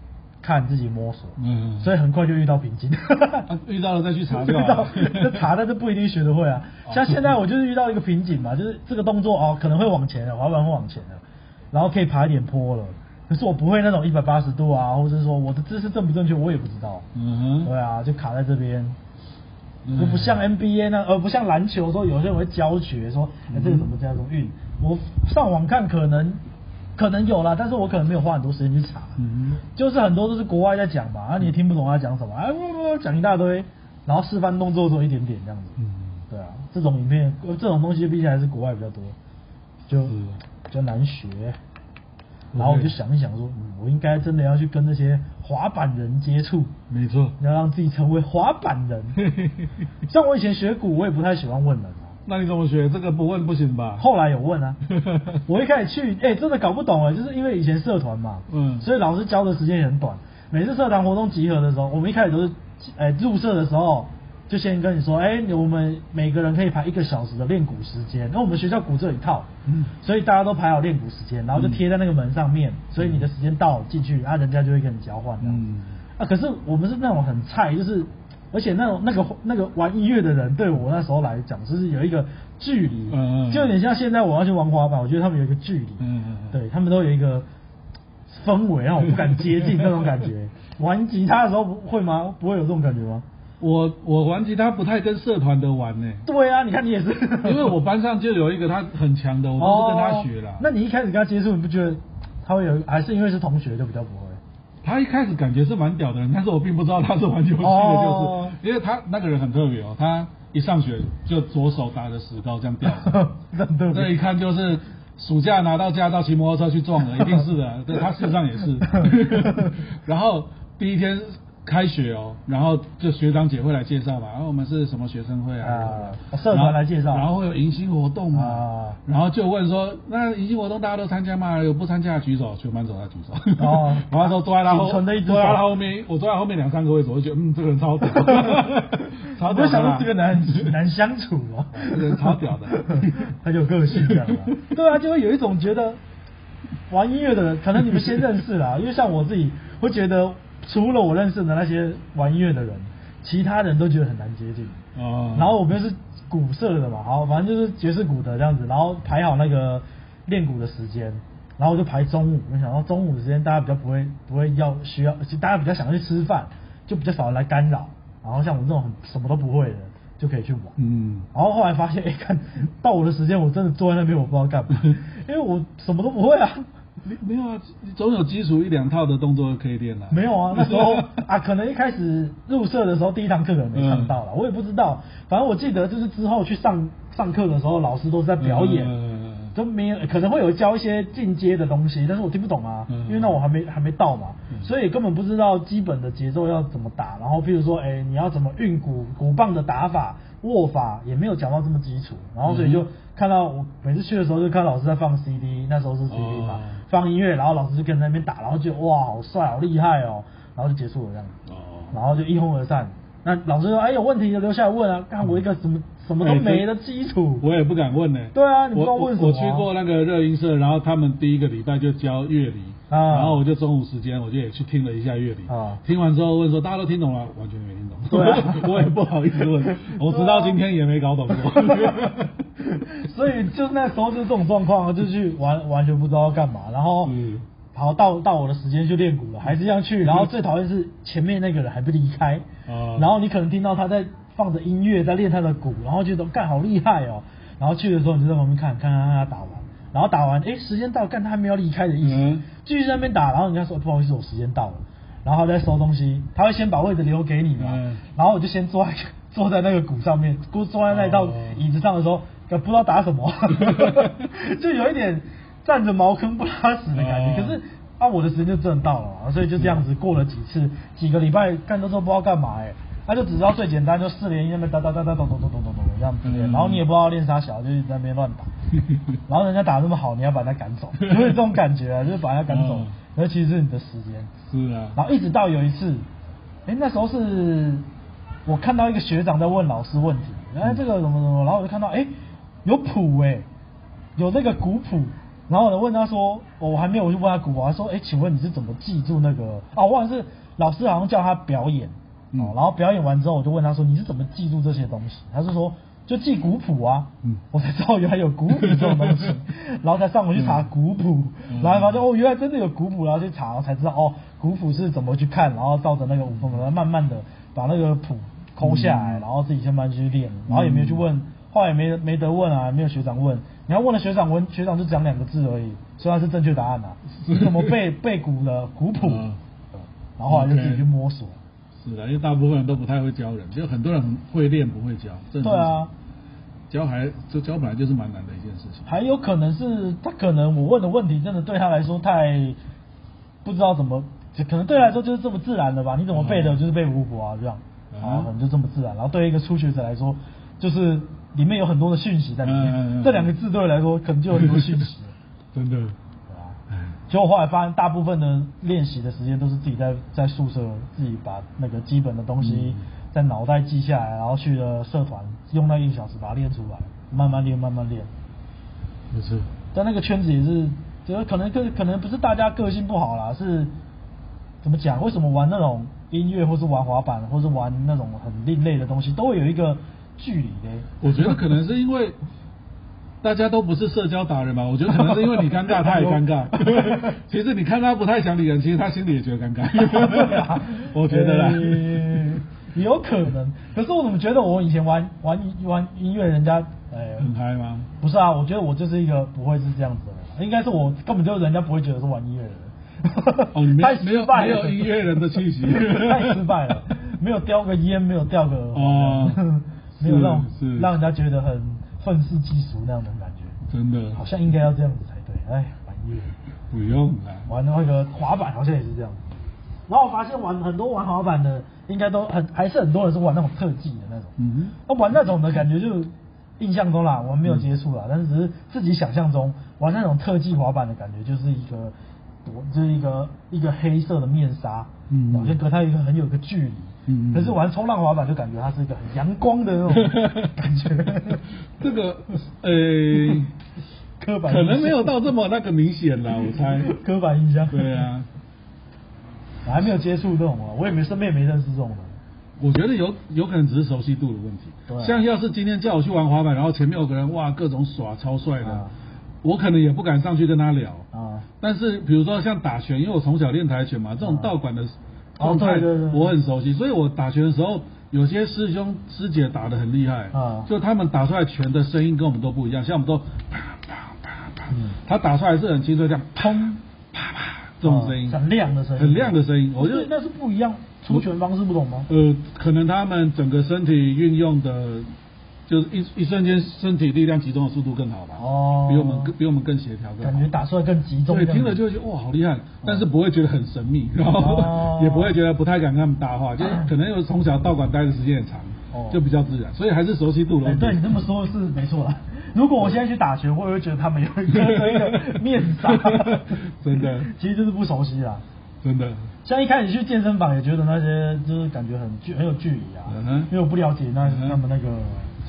Speaker 2: 看自己摸索，
Speaker 1: 嗯，
Speaker 2: 所以很快就遇到瓶颈。
Speaker 1: (laughs) 啊遇到了再去查
Speaker 2: (laughs) 遇
Speaker 1: 就好
Speaker 2: 到
Speaker 1: 了哦
Speaker 2: 就查，但是不一定学得会啊。像现在我就是遇到一个瓶颈嘛，就是这个动作哦，可能会往前了，滑板会往前了，然后可以爬一点坡了。可是我不会那种一百八十度啊，或者是说我的姿势正不正确，我也不知道。
Speaker 1: 嗯
Speaker 2: 对
Speaker 1: 哼，
Speaker 2: 啊，就卡在这边，
Speaker 1: 嗯
Speaker 2: 就不像 NBA 那，呃而不像篮球说有些人会教学说，哎、
Speaker 1: 嗯
Speaker 2: 这个怎么这样怎么运。我上网看可能可能有啦，但是我可能没有花很多时间去查。
Speaker 1: 嗯
Speaker 2: 就是很多都是国外在讲嘛，啊你也听不懂他讲什么，哎、啊、讲一大堆，然后示范动作做一点点这样子。
Speaker 1: 嗯。
Speaker 2: 对啊，这种影片呃这种东西毕竟还是国外比较多，就是比较难学。然后我就想一想说，嗯，我应该真的要去跟那些滑板人接触，
Speaker 1: 没错。
Speaker 2: 要让自己成为滑板人。像我以前学鼓，我也不太喜欢问人啊。
Speaker 1: 那你怎么学？这个不问不行吧？
Speaker 2: 后来有问啊，我一开始去，哎、真的搞不懂哎，就是因为以前社团嘛，
Speaker 1: 嗯
Speaker 2: 所以老师教的时间也很短。每次社团活动集合的时候，我们一开始都是，哎、入社的时候就先跟你说，哎、我们每个人可以排一个小时的练鼓时间。那我们学校鼓这里套，
Speaker 1: 嗯
Speaker 2: 所以大家都排好练鼓时间，然后就贴在那个门上面，所以你的时间到进去，啊，人家就会跟你交换。
Speaker 1: 嗯
Speaker 2: 嗯，啊，可是我们是那种很菜，就是而且那种那个那个玩音乐的人，对我那时候来讲，就是有一个距离，
Speaker 1: 嗯嗯
Speaker 2: 就有点像现在我要去玩滑板，我觉得他们有一个距离，
Speaker 1: 嗯嗯嗯
Speaker 2: 对他们都有一个氛围，让我不敢接近那种
Speaker 1: (laughs)
Speaker 2: 感觉。玩吉他的时候不会吗？不会有这种感觉吗？
Speaker 1: 我我玩吉他不太跟社团的玩呢、 (laughs)
Speaker 2: 对啊，你看你也是， (laughs)
Speaker 1: 因为我班上就有一个他很强的，我都是跟他学啦。
Speaker 2: 哦那你一开始跟他接触，你不觉得他会有，还是因为是同学就比较不会？
Speaker 1: 他一开始感觉是蛮屌的人，但是我并不知道他是玩游戏的，就是、
Speaker 2: 哦
Speaker 1: 因为他那个人很特别哦，他一上学就左手打着石膏这样吊
Speaker 2: (laughs)
Speaker 1: 着，
Speaker 2: 那很特
Speaker 1: 这一
Speaker 2: 别。
Speaker 1: 看就是暑假拿到驾照骑摩托车去撞的，一定是
Speaker 2: (laughs)
Speaker 1: 的。对他事实上也是。然后第一天开学哦，然后就学长姐会来介绍嘛，然、啊后我们是什么学生会啊，
Speaker 2: 啊
Speaker 1: 然后
Speaker 2: 社团来介绍
Speaker 1: 然后会有迎新活动嘛。
Speaker 2: 啊
Speaker 1: 然后就问说，那迎新活动大家都参加吗？有不参加的举手，全班走他举手。 (laughs)
Speaker 2: 哦
Speaker 1: 然后说坐在他后，
Speaker 2: 仅存的一只手
Speaker 1: 坐在他后面，我坐在后面两三个位置，我就觉得嗯，这个人
Speaker 2: (laughs)
Speaker 1: 超屌，超屌的
Speaker 2: 我
Speaker 1: 啦。
Speaker 2: 就想说这个男 (laughs) 很难相处哦，
Speaker 1: 这个人超屌
Speaker 2: (laughs)
Speaker 1: 的
Speaker 2: 很有个性这样啊。对啊，就会有一种觉得玩音乐的人，可能你们先认识啦，因 (laughs) 为像我自己会觉得，除了我认识的那些玩音乐的人，其他人都觉得很难接近。
Speaker 1: 哦，
Speaker 2: 然后我们又是鼓社的嘛，好，反正就是爵士鼓的这样子，然后排好那个练鼓的时间，然后我就排中午，没想到中午的时间大家比较不会不会要需要，就大家比较想要去吃饭，就比较少人来干扰，然后像我这种很什么都不会的，就可以去玩。
Speaker 1: 嗯，
Speaker 2: 然后后来发现，哎、看到我的时间，我真的坐在那边，我不知道干嘛，因为我什么都不会啊。
Speaker 1: 没没有啊，你总有基础一两套的动作可以练啦、
Speaker 2: 没有啊，那
Speaker 1: (laughs)
Speaker 2: 时候啊，可能一开始入社的时候第一堂课可能没上到
Speaker 1: 嗯
Speaker 2: 了，我也不知道。反正我记得就是之后去上上课的时候，老师都是在表演，
Speaker 1: 嗯
Speaker 2: 都没有可能会有教一些进阶的东西，但是我听不懂啊，
Speaker 1: 嗯
Speaker 2: 因为那我还没还没到嘛，所以根本不知道基本的节奏要怎么打。然后譬如说，哎、你要怎么运鼓鼓棒的打法、握法也没有讲到这么基础，然后所
Speaker 1: 嗯
Speaker 2: 以就看到我每次去的时候就看老师在放 CD，那时候是 CD 嘛。
Speaker 1: 哦
Speaker 2: 放音乐，然后老师就跟在那边打，然后就哇，好帅，好厉害哦，然后就结束了这样，
Speaker 1: 哦，
Speaker 2: 然后就一哄而散。那老师说，哎，有问题就留下来问啊，看我一个什么什么都没的基础，
Speaker 1: 哎我也不敢问呢、
Speaker 2: 对啊你不知道
Speaker 1: 我
Speaker 2: 问什么
Speaker 1: 我
Speaker 2: 啊
Speaker 1: 我去过那个热音社，然后他们第一个礼拜就教乐理，
Speaker 2: 啊
Speaker 1: 然后我就中午时间我就也去听了一下乐理，
Speaker 2: 啊
Speaker 1: 听完之后问说大家都听懂了，完全没听懂，
Speaker 2: 对啊
Speaker 1: (laughs) 我也不好意思
Speaker 2: (laughs)
Speaker 1: 问，我直到今天也没搞懂
Speaker 2: 啊
Speaker 1: (laughs) 过。
Speaker 2: 所以就那时候就这种状况啊，就去完完全不知道要干嘛，然后
Speaker 1: 嗯
Speaker 2: 好到到我的时间去练鼓了，还是这样去，然后最讨厌是前面那个人还不离开，
Speaker 1: 啊
Speaker 2: 然后你可能听到他在放着音乐在练他的鼓，然后觉得干好厉害哦，然后去的时候你就在旁边看，看看看他打完。然后打完，哎，时间到，干他还没有离开的意思，
Speaker 1: 嗯
Speaker 2: 继续在那边打，然后人家说不好意思，我时间到了，然后他在收东西，他会先把位置留给你嘛，
Speaker 1: 嗯
Speaker 2: 然后我就先坐在 (laughs) 坐在那个鼓上面，坐坐在那道
Speaker 1: 哦
Speaker 2: 椅子上的时候，呃不知道打什么， (laughs) 就有一点站着茅坑不拉屎的感
Speaker 1: 哦
Speaker 2: 觉。可是啊，我的时间就真的到了嘛，所以就
Speaker 1: 嗯
Speaker 2: 这样子过了几次，几个礼拜干都说不知道干嘛哎、他就只知道最简单，就四连音那边哒哒哒哒咚咚咚咚咚咚这样子练，
Speaker 1: 嗯
Speaker 2: 然后你也不知道练啥小，就是在那边乱打，然后人家打那么好，你要把他赶走， (laughs) 就是这种感觉啊，就是把他赶走
Speaker 1: 嗯，
Speaker 2: 尤其是你的时间。
Speaker 1: (laughs) 是啊，
Speaker 2: 然后一直到有一次，哎，那时候是我看到一个学长在问老师问题，哎，这个怎么怎么，然后我就看到哎有谱哎，有那个古谱，然后我就问他说，哦我还没有我就问他古谱，他说，哎，请问你是怎么记住那个？哦，我忘了是老师好像叫他表演，哦
Speaker 1: 嗯，
Speaker 2: 然后表演完之后，我就问他说，你是怎么记住这些东西？他就说。就记古谱啊，
Speaker 1: 嗯
Speaker 2: 我才知道原来有古谱这种东西， (laughs) 然后才上网去查古谱，
Speaker 1: 嗯
Speaker 2: 然后发现哦，原来真的有古谱，然后去查，然后才知道哦，古谱是怎么去看，然后照着那个舞风，然后慢慢的把那个谱抠下
Speaker 1: 嗯
Speaker 2: 来，然后自己先慢慢去练，然后也没有去问，后来也没没得问啊，没有学长问，你要问了学长问，学长就讲两个字而已，虽然是正确答
Speaker 1: (laughs)
Speaker 2: 案啊，你怎么背背古的古谱，
Speaker 1: 嗯
Speaker 2: 然后后来就自己去
Speaker 1: OK
Speaker 2: 摸索。
Speaker 1: 啊是的，因为大部分人都不太会教人，就很多人很会练不会教。这很
Speaker 2: 对啊
Speaker 1: 正常，教还就教本来就是蛮难的一件事情。
Speaker 2: 还有可能是他可能我问的问题真的对他来说太不知道怎么，就可能对他来说就是这么自然的吧？你怎么背的，就是背五谱啊这样，
Speaker 1: 嗯
Speaker 2: 啊，可能就这么自然。然后对一个初学者来说，就是里面有很多的讯息在里面，
Speaker 1: 嗯嗯嗯
Speaker 2: 这两个字对我来说 (laughs) 可能就有很多讯息。
Speaker 1: (laughs) 真的，
Speaker 2: 对啊
Speaker 1: 哎，
Speaker 2: 结果后来发现，大部分的练习的时间都是自己在在宿舍自己把那个基本的东西
Speaker 1: 嗯
Speaker 2: 在脑袋记下来，然后去了社团用那一个小时把它练出来，慢慢练，慢慢练。
Speaker 1: 没错。
Speaker 2: 但那个圈子也是，觉得可能可可能不是大家个性不好啦，是怎么讲？为什么玩那种音乐，或是玩滑板，或是玩那种很另类的东西，都会有一个距离的？
Speaker 1: 我觉得可能是因为大家都不是社交达人吧，我觉得可能是因为你尴
Speaker 2: (laughs)
Speaker 1: 尬，他也尴尬。其实你看他不太想理人，其实他心里也觉得尴
Speaker 2: (laughs)
Speaker 1: 尬。我觉得啦，
Speaker 2: 呃有可能。可是我怎么觉得我以前玩玩玩音乐，人家哎，
Speaker 1: 很嗨吗？
Speaker 2: 不是啊，我觉得我就是一个不会是这样子的人，应该是我根本就人家不会觉得是玩音乐的人。
Speaker 1: 哦你没
Speaker 2: (laughs) 太失
Speaker 1: 没有
Speaker 2: 败了
Speaker 1: 没有音乐人的气息
Speaker 2: (laughs) 太失败了，没有叼个烟，没有叼个耳环
Speaker 1: 哦
Speaker 2: (laughs) 没有让
Speaker 1: 是是
Speaker 2: 让人家觉得很愤世嫉俗那样的感觉，
Speaker 1: 真的
Speaker 2: 好像应该要这样子才对。哎，玩音乐。
Speaker 1: 不用啦。
Speaker 2: 玩那个滑板好像也是这样。然后我发现玩很多玩滑板的，应该都很还是很多人是玩那种特技的那种。
Speaker 1: 嗯
Speaker 2: 那玩那种的感觉就印象中啦，我们没有接触啦，但是只是自己想象中玩那种特技滑板的感觉，就是一个我就是一个一个黑色的面纱，
Speaker 1: 嗯
Speaker 2: 好像隔它有一个很有一个距离。
Speaker 1: 嗯嗯
Speaker 2: 可是玩冲浪滑板就感觉它是一个很阳光的
Speaker 1: (laughs)
Speaker 2: 那种感觉，
Speaker 1: 这个呃，
Speaker 2: (laughs) 刻板
Speaker 1: 可能没有
Speaker 2: 印象
Speaker 1: 到这么那个明显啦，我猜。
Speaker 2: (laughs) 刻板印象。
Speaker 1: 对啊，
Speaker 2: 我还没有接触这种啊，我也没身边也没认识这种人。
Speaker 1: 我觉得有有可能只是熟悉度的问题。
Speaker 2: 对
Speaker 1: 像要是今天叫我去玩滑板，然后前面有个人哇各种耍超帅的，
Speaker 2: 啊
Speaker 1: 我可能也不敢上去跟他聊。
Speaker 2: 啊，
Speaker 1: 但是比如说像打拳，因为我从小练跆拳嘛，这种道馆的状态
Speaker 2: 哦对对对
Speaker 1: 我很熟悉，所以我打拳的时候，有些师兄师姐打得很厉害，
Speaker 2: 啊
Speaker 1: 就他们打出来拳的声音跟我们都不一样，像我们都啪啪啪啪
Speaker 2: 嗯，
Speaker 1: 他打出来是很清脆，这样砰啪啪这种声音，
Speaker 2: 啊很亮的声音，
Speaker 1: 很亮的声音，我就
Speaker 2: 那是不一样，出拳方式不同吗？
Speaker 1: 呃，可能他们整个身体运用的，就是一一瞬间身体力量集中的速度更好吧，
Speaker 2: 哦
Speaker 1: 比我们更比我们更协调更好，
Speaker 2: 感觉打出来更集中。
Speaker 1: 对，
Speaker 2: 这样
Speaker 1: 听了就会觉得哇好厉害，但是不会觉得很神秘，然后
Speaker 2: 嗯哦
Speaker 1: (laughs) 也不会觉得不太敢跟他们搭话，
Speaker 2: (coughs)
Speaker 1: 就是可能有从小道馆待的时间也长
Speaker 2: 哦，
Speaker 1: 就比较自然，所以还是熟悉度的
Speaker 2: 哎
Speaker 1: 问题。
Speaker 2: 对你这么说是没错啦。 (laughs) 如果我现在去打拳，我也会觉得他们有一个一个面纱，
Speaker 1: (laughs) 真的
Speaker 2: (laughs) 其实就是不熟悉啦。
Speaker 1: 真的，
Speaker 2: 像一开始去健身房也觉得那些就是感觉很距很有距离啊
Speaker 1: 嗯哼，
Speaker 2: 因为我不了解那
Speaker 1: 嗯哼
Speaker 2: 他们那个，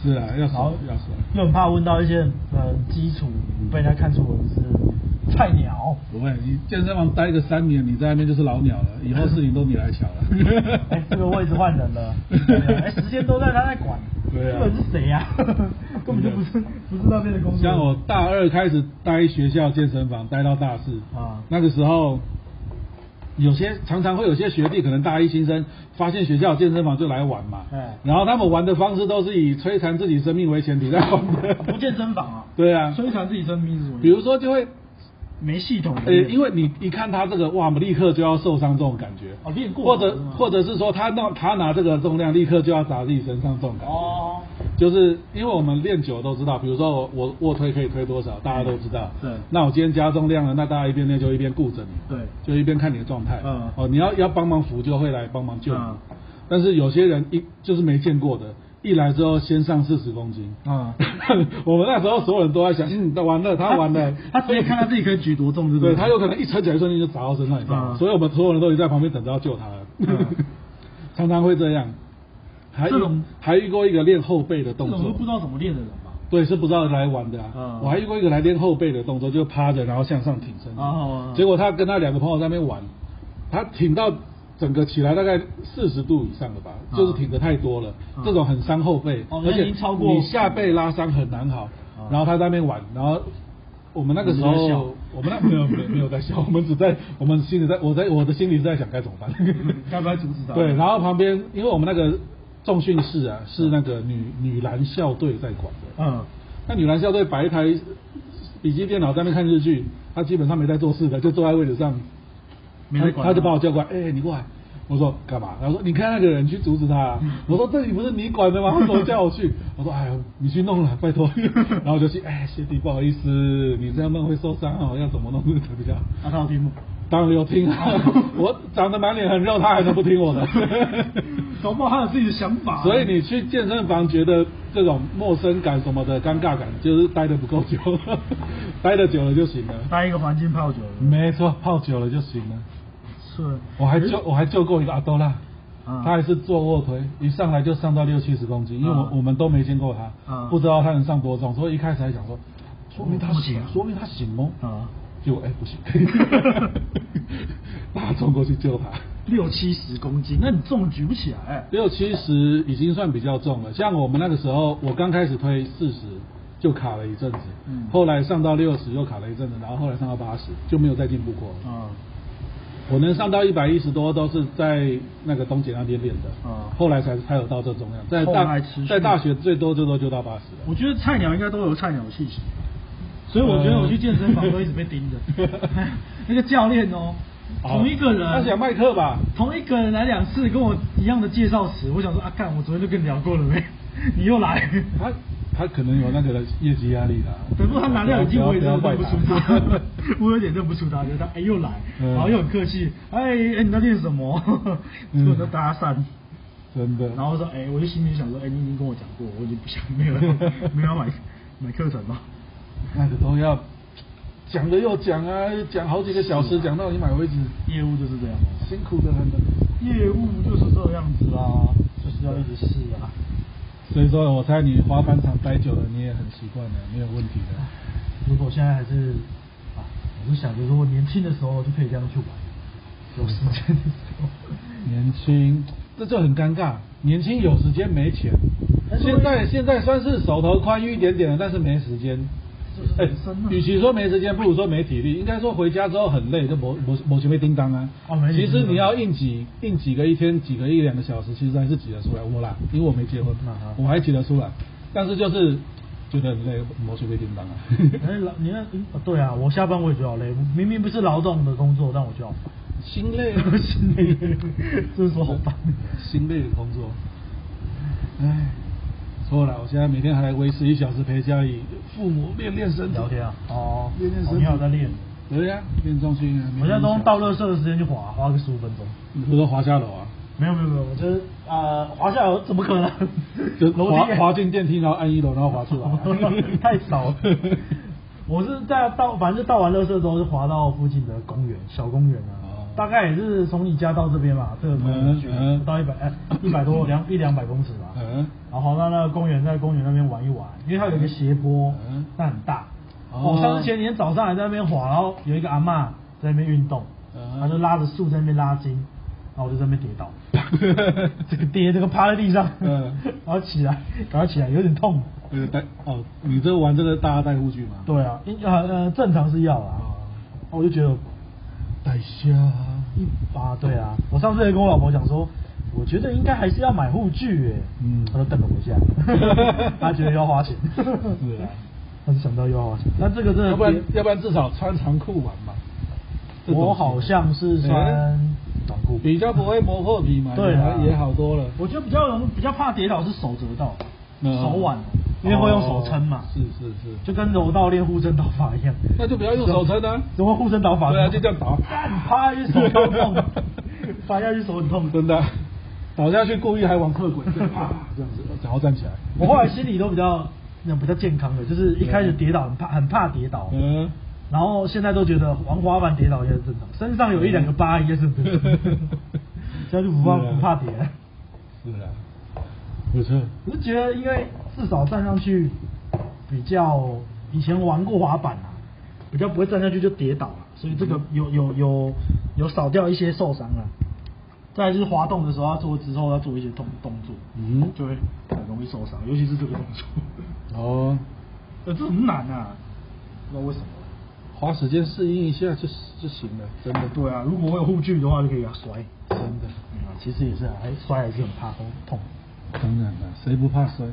Speaker 1: 是啊，要
Speaker 2: 然后
Speaker 1: 熟要熟。
Speaker 2: 又很怕问到一些呃基础被人家看出我是菜
Speaker 1: (laughs)
Speaker 2: 鸟。
Speaker 1: 不会，你健身房待个三年，你在那边就是老鸟了，以后事情都你来瞧了。
Speaker 2: (laughs) 哎、这个位置换人
Speaker 1: (laughs)
Speaker 2: 了，哎、时间都在他在管，
Speaker 1: 对啊
Speaker 2: 这个人是谁呀、
Speaker 1: (laughs)
Speaker 2: 根本就不是不是那边的工作。
Speaker 1: 像我大二开始待学校健身房，待到大四
Speaker 2: 啊
Speaker 1: 那个时候有些常常会有些学弟可能大一新生发现学校健身房就来玩嘛，
Speaker 2: 哎
Speaker 1: 然后他们玩的方式都是以摧残自己生命为前提在玩的，
Speaker 2: 不健身房啊，
Speaker 1: 对啊，
Speaker 5: 摧残自己生命是什么意思？
Speaker 1: 比如说就会
Speaker 2: 没系统的
Speaker 1: 呃，
Speaker 2: 练。
Speaker 1: 因为你一看他这个哇，我们立刻就要受伤这种感觉，
Speaker 5: 哦练过
Speaker 1: 或
Speaker 5: 了
Speaker 1: 者
Speaker 5: 是吗
Speaker 1: 或者是说他拿他拿这个重量立刻就要砸自己身上这种感觉，
Speaker 5: 哦，
Speaker 1: 就是因为我们练久了都知道，比如说我我卧推可以推多少，大家都知道。
Speaker 5: 嗯对
Speaker 1: 那我今天加重量了，那大家一边练就一边顾着你，
Speaker 5: 对，
Speaker 1: 就一边看你的状态。
Speaker 5: 嗯
Speaker 1: 哦，你要要帮忙扶就会来帮忙救你。
Speaker 5: 嗯
Speaker 1: 但是有些人一就是没见过的，一来之后先上四十公斤。 (laughs)
Speaker 5: 嗯，
Speaker 1: 我们那时候所有人都在想，嗯，他完了，啊他完了。
Speaker 5: 他直接看他自己可以举多重，对不
Speaker 1: 对
Speaker 5: 对？
Speaker 1: 他有可能一撑起来一瞬间就砸到身上，你知道吗？
Speaker 5: 嗯
Speaker 1: 所以我们所有人都已经在旁边等着要救他了，
Speaker 5: 嗯
Speaker 1: (laughs) 常常会这样。还遇
Speaker 5: 这种
Speaker 1: 还遇过一个练后背的
Speaker 5: 这
Speaker 1: 动
Speaker 5: 种
Speaker 1: 作，
Speaker 5: 就不知道怎么练的人嘛。
Speaker 1: 对，是不知道来玩的啊。
Speaker 5: 嗯
Speaker 1: 我还遇过一个来练后背的动作，就趴着然后向上挺身。
Speaker 5: 哦
Speaker 2: (laughs)
Speaker 1: 结果他跟他两个朋友在那边玩，他挺到整个起来大概四十度以上了吧，
Speaker 5: 嗯
Speaker 1: 就是挺的太多了，
Speaker 5: 嗯
Speaker 1: 这种很伤后背，
Speaker 5: 哦那
Speaker 1: 而
Speaker 5: 已
Speaker 1: 且
Speaker 5: 经超过
Speaker 1: 你下背拉伤很难好。
Speaker 5: 嗯
Speaker 1: 然后他在那边玩，然后。我们那个时
Speaker 5: 我们在笑
Speaker 1: 候，我们那没有没有没有在笑，我 (laughs) 们只在我们心里在我在我的心里是在想该怎么办。
Speaker 5: (laughs) 该不该阻止他？
Speaker 1: 对，然后旁边因为我们那个重训室啊，是那个女女篮校队在管的，
Speaker 5: 嗯，
Speaker 1: 那女篮校队摆一台笔记电脑在那边看日剧，她基本上没在做事的，就坐在位置上，
Speaker 5: 没在管啊
Speaker 1: 她就把我叫过来，哎、你过来。我说干嘛？他说你看那个人去阻止他、啊。
Speaker 5: 嗯
Speaker 1: 我说这里不是你管的吗？他怎么叫我去？我说哎呦，你去弄了，拜托。
Speaker 5: (laughs)
Speaker 1: 然后我就去，哎，谢弟，不好意思，你这样弄会受伤哦，要怎么弄才比较好？
Speaker 2: 那他有啊听吗？
Speaker 1: 当然有听啊，我长得满脸很肉，他还能不听我的？
Speaker 2: (laughs) 搞不好他有自己的想法。
Speaker 1: 所以你去健身房觉得这种陌生感什么的尴尬感，就是待的不够久， (laughs) 待的久了就行了。
Speaker 2: 待一个环境泡久了，
Speaker 1: 没错，泡久了就行了。
Speaker 2: 是。
Speaker 1: 我还救我还救过一个阿多拉，
Speaker 2: 哎嗯
Speaker 1: 他还是做卧推，一上来就上到六七十公斤，因为我
Speaker 2: 嗯
Speaker 1: 我们都没见过他
Speaker 2: 嗯，
Speaker 1: 不知道他能上多重，所以一开始还想说，说明他
Speaker 2: 不
Speaker 1: 行
Speaker 2: 行啊，
Speaker 1: 说明他行哦。
Speaker 2: 啊，
Speaker 1: 结果哎不行， (laughs) 他冲过去救他。
Speaker 2: 六七十公斤，那你重举不起来。
Speaker 1: 六七十已经算比较重了，像我们那个时候，我刚开始推四十就卡了一阵子，
Speaker 2: 嗯
Speaker 1: 后来上到六十又卡了一阵子，然后后来上到八十就没有再进步过了。
Speaker 2: 啊，
Speaker 1: 我能上到一百一十多都是在那个东姐那边练的，
Speaker 2: 啊
Speaker 1: 后来才才有到这重量，在
Speaker 2: 后
Speaker 1: 大
Speaker 2: 来持续
Speaker 1: 在大学最多最多就到八十了。
Speaker 2: 我觉得菜鸟应该都有菜鸟气息，所以我觉得我去健身房都一直被盯着 (laughs) 那个教练哦，同一个人，
Speaker 1: 他想卖课吧？
Speaker 2: 同一个人来两次跟我一样的介绍词，我想说啊，干，我昨天就跟你聊过了没？ (laughs) 你又来，
Speaker 1: 他他可能有那个业绩压力啦。
Speaker 2: 等到他拿掉眼镜，我也
Speaker 1: 不
Speaker 2: 真的
Speaker 1: 要不
Speaker 2: 认
Speaker 1: 要怪
Speaker 2: 不出
Speaker 1: 他。 (laughs)
Speaker 2: 他， (laughs) 我有点认不出他，觉得哎又来，
Speaker 1: 嗯
Speaker 2: 然后又很客气，哎哎你在练什么？ (laughs)
Speaker 1: 嗯
Speaker 2: 我在搭讪，
Speaker 1: 真的。
Speaker 2: 然后说哎，我就心里想说，哎你已经跟我讲过，我已经不想没有啊没有要买买课程吗？
Speaker 1: 那个都要讲了又讲啊，讲好几个小时，讲到你买为止，
Speaker 2: 业务就是这样，
Speaker 1: 辛苦的很的。
Speaker 2: 业务就是这样子啊，就是要一直试啊。
Speaker 1: 所以说，我猜你滑板场待久了，你也很习惯了，没有问题的。
Speaker 2: 如果现在还是啊，我就想着如果年轻的时候就可以这样去玩，有时间的时 (laughs) 候。
Speaker 1: 年轻，这就很尴尬。年轻有时间没钱，现在现在算是手头宽裕一点点了，但是没时间。
Speaker 2: (laughs) 就是人生啊
Speaker 1: (laughs) 与其说没时间，不如说没体力。应该说回家之后很累，就某某某前面叮当啊。
Speaker 2: 哦没
Speaker 1: 其
Speaker 2: 体力
Speaker 1: 实你要硬挤硬挤个一天，挤个一两个小时，其实还是挤得出来。我啦，因为我没结婚
Speaker 2: 啊哈，
Speaker 1: 我还挤得出来。但是就是觉得很累，某前面叮当啊。
Speaker 2: (laughs) 哎，老你那、嗯哦对啊，我下班我也觉得好累，明明不是劳动的工作，但我就要 (laughs)
Speaker 1: 心累，
Speaker 2: 心累，这是说好烦。
Speaker 1: 心累的工作。
Speaker 2: 哎
Speaker 1: 唉，错了，我现在每天还来维持一小时陪家里父母练练身体。
Speaker 2: 聊天啊，嗯哦，
Speaker 1: 练练身
Speaker 2: 哦
Speaker 1: 体
Speaker 2: 你还有在练？
Speaker 1: 对呀、练重训啊。
Speaker 2: 我现在都用
Speaker 1: 用
Speaker 2: 倒垃圾的时间去滑，滑个十五分钟。
Speaker 1: 你不是说滑下楼啊？
Speaker 2: 没有没有没有，我就是啊、呃滑下来怎么 (laughs) 可能？
Speaker 1: 就
Speaker 2: 楼
Speaker 1: 滑
Speaker 2: 梯
Speaker 1: 滑进电梯，然后按一楼，然后滑 (laughs) 出来、
Speaker 2: 太少
Speaker 1: (laughs)
Speaker 2: 了。我是在到，反正就到完乐色之后，就滑到附近的公园，小公园
Speaker 1: 哦
Speaker 2: 啊，大概也是从你家到这边嘛，这个公园区
Speaker 1: 嗯嗯
Speaker 2: 不到一百，哎，一百多两一两百公尺吧。
Speaker 1: 嗯，
Speaker 2: 然后到那个公园，在公园那边玩一玩，因为它有一个斜坡
Speaker 1: 嗯，
Speaker 2: 那很大。
Speaker 1: 哦
Speaker 2: 我上次前年早上还在那边滑，然后有一个阿嬷在那边运动
Speaker 1: 嗯，
Speaker 2: 她就拉着树在那边拉筋，然后我就在那边跌
Speaker 1: (laughs)
Speaker 2: 倒。这个跌，这个趴在地上，
Speaker 1: 嗯
Speaker 2: (laughs) 然后起来，赶快起来，有点痛。
Speaker 1: 呃，戴哦，你这玩这个大家戴护具吗？，
Speaker 2: 对啊，因呃呃，正常是要啦。
Speaker 1: 哦
Speaker 2: 我就觉得
Speaker 1: 戴下。
Speaker 2: 一啊，对啊，我上次也跟我老婆讲说，我觉得应该还是要买护具诶。
Speaker 1: 嗯
Speaker 2: 她都瞪了我
Speaker 1: (laughs)
Speaker 2: 一下，她觉得要花钱。
Speaker 1: 是啊，
Speaker 2: 她是想到又要花钱。那这个真的
Speaker 1: 要不然
Speaker 2: 跌，
Speaker 1: 要不然至少穿长裤玩嘛。这种
Speaker 2: 我好像是
Speaker 1: 哎
Speaker 2: 穿短裤。
Speaker 1: 比较不会磨破皮嘛，
Speaker 2: 对啊
Speaker 1: 也也好多了。
Speaker 2: 我觉得比较容比较怕跌倒是手折到，
Speaker 1: 嗯
Speaker 2: 手腕，因为会用手撑嘛
Speaker 1: 哦。是是是，
Speaker 2: 就跟柔道练护身倒法一样，
Speaker 1: 那就不要用手撑啊。
Speaker 2: 怎么护身倒法？
Speaker 1: 对啊就这样
Speaker 2: (laughs)
Speaker 1: 倒
Speaker 2: 干趴下去手超
Speaker 1: (laughs)
Speaker 2: 痛，趴下去手很痛。
Speaker 1: 真的，倒下去故意还往客滚，这样啪这样子，然后站起来。
Speaker 2: 我后来心理都比较那比较健康的，就是一开始跌倒很怕很怕跌倒，
Speaker 1: 嗯，
Speaker 2: 然后现在都觉得玩滑板跌倒也是正常，身上有一两个疤
Speaker 1: (laughs)
Speaker 2: 也是正常，现在就不怕
Speaker 1: 是啊
Speaker 2: 不怕跌了。
Speaker 1: 是啊，不错。
Speaker 2: 我是觉得，因为至少站上去比较以前玩过滑板啊，比较不会站上去就跌倒了、啊所以这个有有有有少掉一些受伤了、再来就是滑动的时候要做之后要做一些动动作，
Speaker 1: 嗯
Speaker 2: 就会很容易受伤，尤其是这个动作，
Speaker 1: 哦，
Speaker 2: 呃，这很难啊，不知道为什么。
Speaker 1: 花时间适应一下就就行了，真的
Speaker 2: 对啊，如果我有护具的话就可以给它摔，
Speaker 1: 真的，
Speaker 2: 嗯啊其实也是啊，还摔还是很怕痛痛。
Speaker 1: 当然了，谁不怕摔？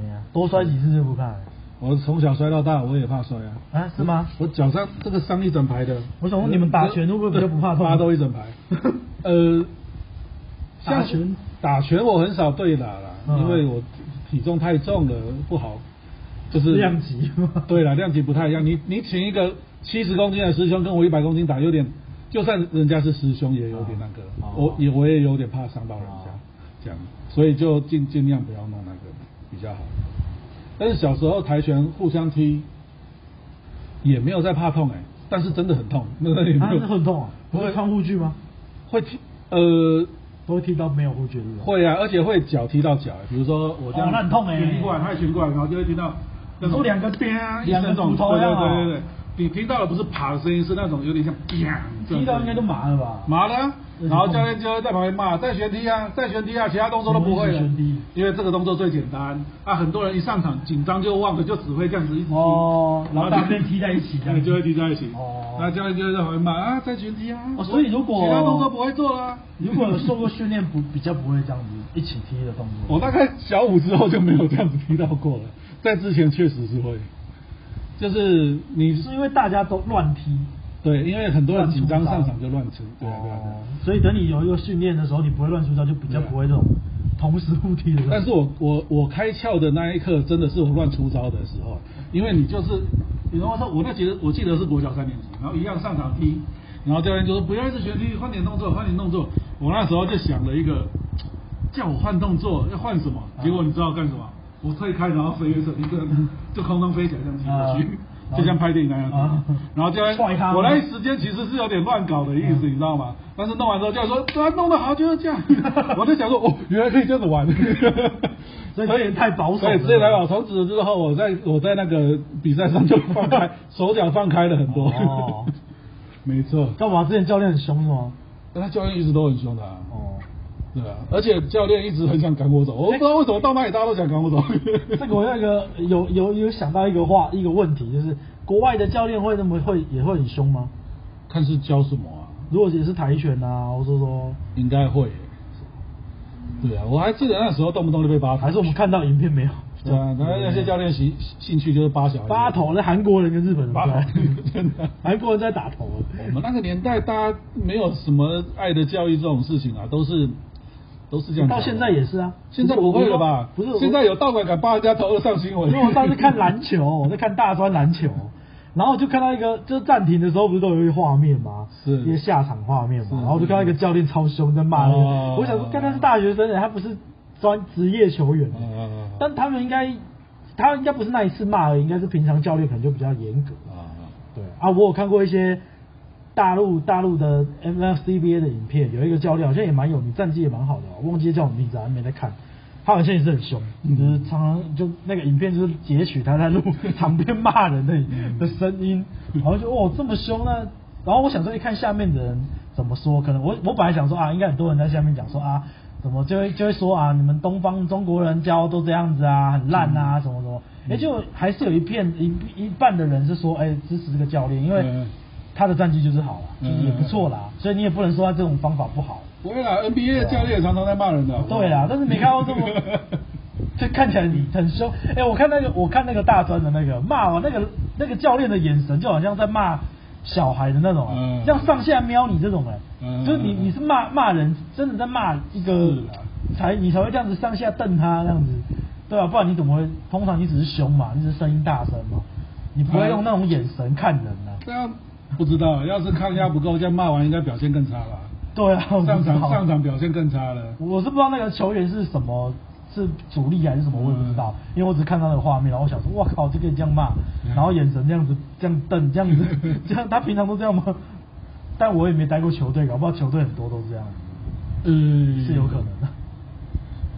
Speaker 2: 哎呀，多摔几次就不怕了。
Speaker 1: 我从小摔到大，我也怕摔啊。
Speaker 2: 啊是吗
Speaker 1: 我脚上这个伤一整排的。
Speaker 2: (laughs) 我想问你们打拳会不会比较不怕痛
Speaker 1: 大家都一整排。呃，像
Speaker 2: 打拳
Speaker 1: 打拳我很少对打啦，
Speaker 2: 嗯
Speaker 1: 因为我体重太重了，不好，就是
Speaker 2: 量级吗
Speaker 1: (laughs) 对啦，量级不太一样。你你请一个七十公斤的师兄跟我一百公斤打，有点，就算人家是师兄，也有点那个，
Speaker 2: 哦
Speaker 1: 我也我也有点怕伤到人家，
Speaker 2: 哦
Speaker 1: 这样，所以就尽尽量不要弄那个比较好。但是小时候跆拳互相踢，也没有在怕痛哎、但是真的很痛，那个也
Speaker 2: 啊，
Speaker 1: 没有
Speaker 2: 那很痛啊，不
Speaker 1: 不
Speaker 2: 会
Speaker 1: 会
Speaker 2: 穿护具吗？
Speaker 1: 会踢呃。
Speaker 2: 都会踢到没有护具的那种。
Speaker 1: 会啊，而且会脚踢到脚，比如说我这样，
Speaker 2: 哦那很痛欸
Speaker 1: 踢过来，他也踢过来，然后就会听到
Speaker 4: 你
Speaker 1: 那
Speaker 4: 说
Speaker 1: 种
Speaker 4: 两个
Speaker 1: 啪一
Speaker 2: 两个
Speaker 1: 声那种
Speaker 2: 骨头
Speaker 1: 对对
Speaker 2: 要好
Speaker 1: 对对对，你听到的不是啪的声音，是那种有点像啪，这种
Speaker 2: 踢到应该都麻了吧？
Speaker 1: 麻了啊，然后教练就会在旁边骂：“再旋踢啊，再旋踢啊！”其他动作都不会了
Speaker 2: 什么是旋踢，
Speaker 1: 因为这个动作最简单啊。很多人一上场紧张就忘了，就只会这样子一直踢，
Speaker 2: 哦然后
Speaker 1: 就
Speaker 2: 大便踢在一起这样
Speaker 1: 对，就会踢在一起。
Speaker 2: 哦
Speaker 1: 那教练就会在旁边骂：“啊，再旋踢啊！”
Speaker 2: 哦所以如果
Speaker 1: 其他动作不会做啦，
Speaker 2: 如果有受过训练，不比较不会这样子一起踢的动作。
Speaker 1: 我大概小五之后就没有这样子踢到过了，在之前确实是会，就是你
Speaker 2: 是因为大家都乱踢，
Speaker 1: 对，因为很多人紧张
Speaker 2: 乱出招
Speaker 1: 上场就乱吃，对啊对啊对啊
Speaker 2: 哦所以等你有一个训练的时候，你不会乱出招，就比较不会这种同时互踢的时候。
Speaker 1: 但是我我我开窍的那一刻，真的是我乱出招的时候，因为你就是，你跟我说，我那节我记得是国小三年级，然后一样上场踢，然后教练就说不要一直旋踢，换点动作，换点动作。我那时候就想了一个，叫我换动作要换什么？结果你知道干什么？我推开，然后飞跃射踢，这样就空中飞起来这样踢过去，
Speaker 2: 啊
Speaker 1: 就像拍电影那样
Speaker 2: 啊
Speaker 1: 子。然后教练
Speaker 2: 踹他，吗
Speaker 1: 我那一时间其实是有点乱搞的意思，你知道吗？但是弄完之后，教练说对啊，弄得好就是 (laughs) 这样。我就想说，哦，原来可以这样子玩。
Speaker 2: 所以之前太保守
Speaker 1: (laughs) 所以
Speaker 2: 了
Speaker 1: 之前太保守，从此之后，我在我在那个比赛上就放 (laughs) 开手脚放开了很多。
Speaker 2: 哦
Speaker 1: (laughs) 没错，
Speaker 2: 干嘛？之前教练很凶是吗？
Speaker 1: 但他教练一直都很凶的、啊， (laughs)
Speaker 2: 哦，
Speaker 1: 对啊，而且教练一直很想赶我走，我不知道为什么到那里大家都想赶我 (laughs) 走。
Speaker 2: 这个我那个有有有想到一个话一个问题，就是国外的教练会那么会也会很凶吗？
Speaker 1: 看是教什么啊？
Speaker 2: 如果也是跆拳啊，或者说
Speaker 1: 应该会耶。对啊，我还记得那时候动不动就被扒头，
Speaker 2: 还是我们看到影片没有？
Speaker 1: 对啊，然后那些教练兴兴趣就是扒小孩。
Speaker 2: 八头，那韩国人跟日本人
Speaker 1: 八
Speaker 2: (laughs)
Speaker 1: 头
Speaker 2: 对
Speaker 1: 真的
Speaker 2: 韩国人在打头。啊
Speaker 1: 我们那个年代，大家没有什么爱的教育这种事情啊，都是都是这样。
Speaker 2: 到现在也是啊
Speaker 1: 现在不会了吧？
Speaker 2: 不是我
Speaker 1: 现在有道馆敢扒人家头又上新闻。
Speaker 2: 因为我上次
Speaker 1: (laughs)
Speaker 2: 看篮球，我在看大专篮球，然后我就看到一个，就是暂停的时候不是都有一个画面吗？
Speaker 1: 是
Speaker 2: 一个下场画面嘛。
Speaker 1: 是
Speaker 2: 然后我就看到一个教练超凶在骂那个，
Speaker 1: 哦
Speaker 2: 我想说，看他是大学生，欸他不是专职业球员，
Speaker 1: 嗯嗯嗯
Speaker 2: 但他们应该，他应该不是那一次骂而已，应该是平常教练可能就比较严格。
Speaker 1: 啊啊
Speaker 2: 对啊，我有看过一些大陆大陆的 MLCBA 的影片，有一个教练好像也蛮有名，战绩也蛮好的，我忘记叫什么名字，还啊没在看。他好像也是很凶，就是常常就那个影片就是截取
Speaker 1: (laughs)
Speaker 2: 他在路场边骂人的的声音，然后就哦这么凶呢、然后我想说，一看下面的人怎么说，可能我我本来想说啊，应该很多人在下面讲说啊，怎么就会就会说啊，你们东方中国人教都这样子啊，很烂
Speaker 1: 嗯
Speaker 2: 啊，什么什么。哎、就还是有一片一一半的人是说，哎、支持这个教练，因为
Speaker 1: 嗯
Speaker 2: 他的战绩就是好啦，啊
Speaker 1: 嗯
Speaker 2: 就是也不错啦，所以你也不能说他这种方法不好。
Speaker 1: 不会啦，NBA 的教练也常常在骂人的。
Speaker 2: 对啦，但是没看到这
Speaker 1: (laughs)
Speaker 2: 么，就看起来很很凶。哎、我看那个，我看那个大专的那个骂哦我那个那个教练的眼神，就好像在骂小孩的那种、
Speaker 1: 嗯
Speaker 2: 这样上下瞄你这种哎、
Speaker 1: 嗯
Speaker 2: 就是你你是骂骂人，真的在骂一个
Speaker 1: 是啦，啊
Speaker 2: 才你才会这样子上下瞪他这样子，对啊，不然你怎么会？通常你只是凶嘛，你只是声音大声嘛，你不会用那种眼神看人啊呐、
Speaker 1: 这样不知道，要是抗压不够，这样骂完应该表现更差吧？
Speaker 2: 对啊，我不知道
Speaker 1: 上场上场表现更差了。
Speaker 2: 我是不知道那个球员是什么，是主力还是什么，我也不知道，因为我只看到那个画面，然后我想说，哇靠，这个这样骂，
Speaker 1: 嗯
Speaker 2: 然后眼神这样子，这样瞪，这样子，这样他平常都这样吗？但我也没待过球队，搞不好球队很多都这样，
Speaker 1: 嗯
Speaker 2: 是有可能的。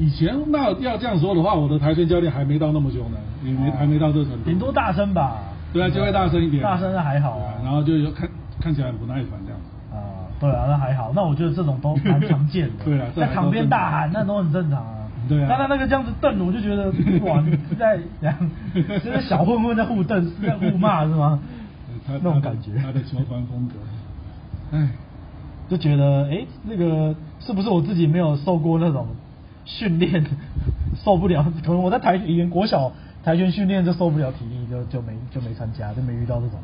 Speaker 1: 以前那要这样说的话，我的跆拳教练还没到那么凶呢，也没、还没到这程度。
Speaker 2: 顶多大声吧。
Speaker 1: 对啊，就会大声一点。
Speaker 2: 大声还好
Speaker 1: 对
Speaker 2: 啊
Speaker 1: 啊，然后就有看看起来很不耐烦这样。。
Speaker 2: 啊，对啊，那还好。那我觉得这种都蛮常见的
Speaker 1: (laughs) 对啊这
Speaker 2: 在
Speaker 1: 还都
Speaker 2: 旁边
Speaker 1: 正常
Speaker 2: 大喊那都很正常啊。
Speaker 1: 对啊
Speaker 2: 但他那个这样子瞪，我就觉得哇，你是在两， (laughs) 这是小混混在互瞪，是在互骂是吗？
Speaker 1: 他
Speaker 2: 那种感觉
Speaker 1: 他的球团风格，哎，
Speaker 2: 就觉得哎，诶那个是不是我自己没有受过那种训练，受不了？可能我在台以前国小跆拳训练就受不了体力，就就没就没参加，就没遇到这种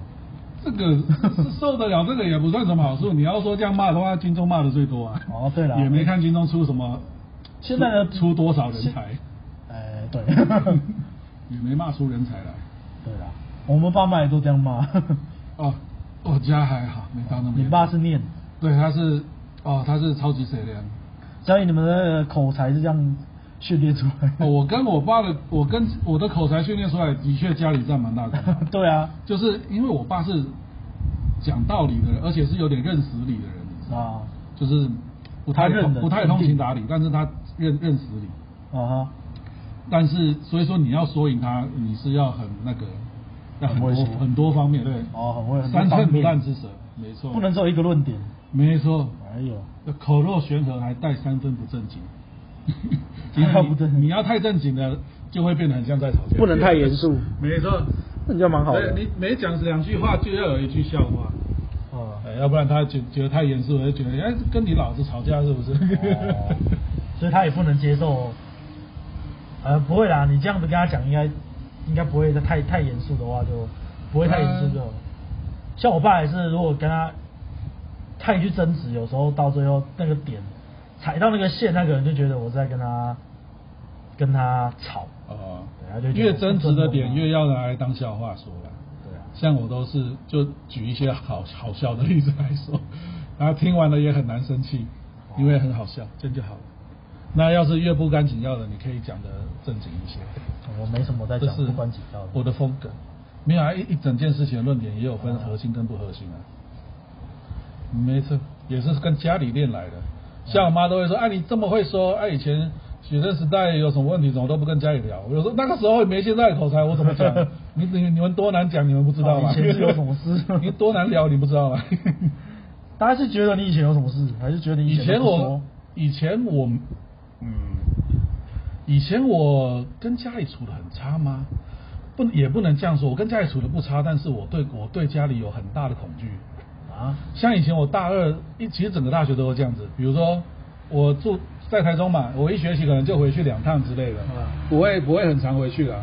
Speaker 1: 这个 (laughs) 受得了，这个也不算什么好处。你要说这样骂的话，军中骂的最多啊。
Speaker 2: 哦对啦
Speaker 1: 也没看军中出什么，
Speaker 2: 现在的
Speaker 1: 出多少人才，
Speaker 2: 哎，
Speaker 1: (laughs)
Speaker 2: 对，
Speaker 1: 也没骂出人才来。
Speaker 2: 对啦，我们爸妈也都这样骂。
Speaker 1: 哦，我家还好，没到那么。
Speaker 2: 你爸是？念，
Speaker 1: 对，他是，哦，他是超级水莲。
Speaker 2: 所以你们的口才是这样训练出来
Speaker 1: 哦，
Speaker 2: 的。
Speaker 1: 我跟我爸的，我跟我的口才训练出来，的确家里占蛮大功劳。
Speaker 2: (laughs) 对啊，
Speaker 1: 就是因为我爸是讲道理的人，而且是有点认死理的人，你知道吗
Speaker 2: 啊
Speaker 1: 就是不太
Speaker 2: 他认得
Speaker 1: 不太通情达理，但是他认认死理。
Speaker 2: 啊哈，
Speaker 1: 但是所以说你要说赢他，你是要很那个，要很
Speaker 2: 很会
Speaker 1: 多
Speaker 2: 说
Speaker 1: 很多方面对。
Speaker 2: 哦很会很多
Speaker 1: 三
Speaker 2: 方
Speaker 1: 寸不
Speaker 2: 面
Speaker 1: 烂之舌，没错。
Speaker 2: 不能只有一个论点。
Speaker 1: 没错，
Speaker 2: 哎呦，
Speaker 1: 口若悬河，还带三分不正经。
Speaker 2: 三分不正经
Speaker 1: 你要太正经了，就会变得很像在吵架。
Speaker 6: 不能太严肃，
Speaker 1: 没错，
Speaker 6: 那你就蛮好的
Speaker 1: 对。哎你每讲两句话就要有一句笑话，
Speaker 2: 啊，
Speaker 1: 哎要不然他觉觉得太严肃了，就觉得哎跟你老子吵架是不是？
Speaker 2: 哦 (laughs) 所以他也不能接受。呃，不会啦，你这样子跟他讲，应该应该不会太太严肃的话就，不会太严肃就
Speaker 1: 嗯
Speaker 2: 好了。像我爸也是，如果跟他太去争执，有时候到最后那个点踩到那个线，那个人就觉得我是在跟他跟他吵。
Speaker 1: (laughs) 哦
Speaker 2: 对他就觉得
Speaker 1: 越争执的
Speaker 2: 我
Speaker 1: 点
Speaker 2: 不尊重他
Speaker 1: 越要拿来当笑话说了。
Speaker 2: 对啊，
Speaker 1: 像我都是就举一些好好笑的例子来说， (laughs) 然后听完了也很难生气，因为很好笑，这样就好了。那要是越不干紧要的，你可以讲的正经一些。
Speaker 2: 我没什么在
Speaker 1: 这
Speaker 2: 讲
Speaker 1: 是
Speaker 2: 不关紧要的。
Speaker 1: 我的风格，没有啊，一一整件事情的论点也有分核心跟不核心啊。没错，也是跟家里练来的。像我妈都会说：“哎、你这么会说，哎、以前学生时代有什么问题，怎么都不跟家里聊？”我就说：“那个时候也没现在的口才，我怎么讲？ (laughs) 你你你们多难讲，你们不知道吗？
Speaker 2: 哦以前是有什么事
Speaker 1: (laughs) 你多难聊，你不知道吗？
Speaker 2: 大家是觉得你以前有什么事，还是觉得你
Speaker 1: 以前
Speaker 2: 都不
Speaker 1: 我
Speaker 2: 说，
Speaker 1: 以前我，嗯，以前我跟家里处的很差吗？不，也不能这样说。我跟家里处的不差，但是我对我对家里有很大的恐惧。
Speaker 2: 啊？
Speaker 1: 像以前我大二一，其实整个大学都是这样子。比如说，我住在台中嘛，我一学期可能就回去两趟之类的，不会不会很常回去啦。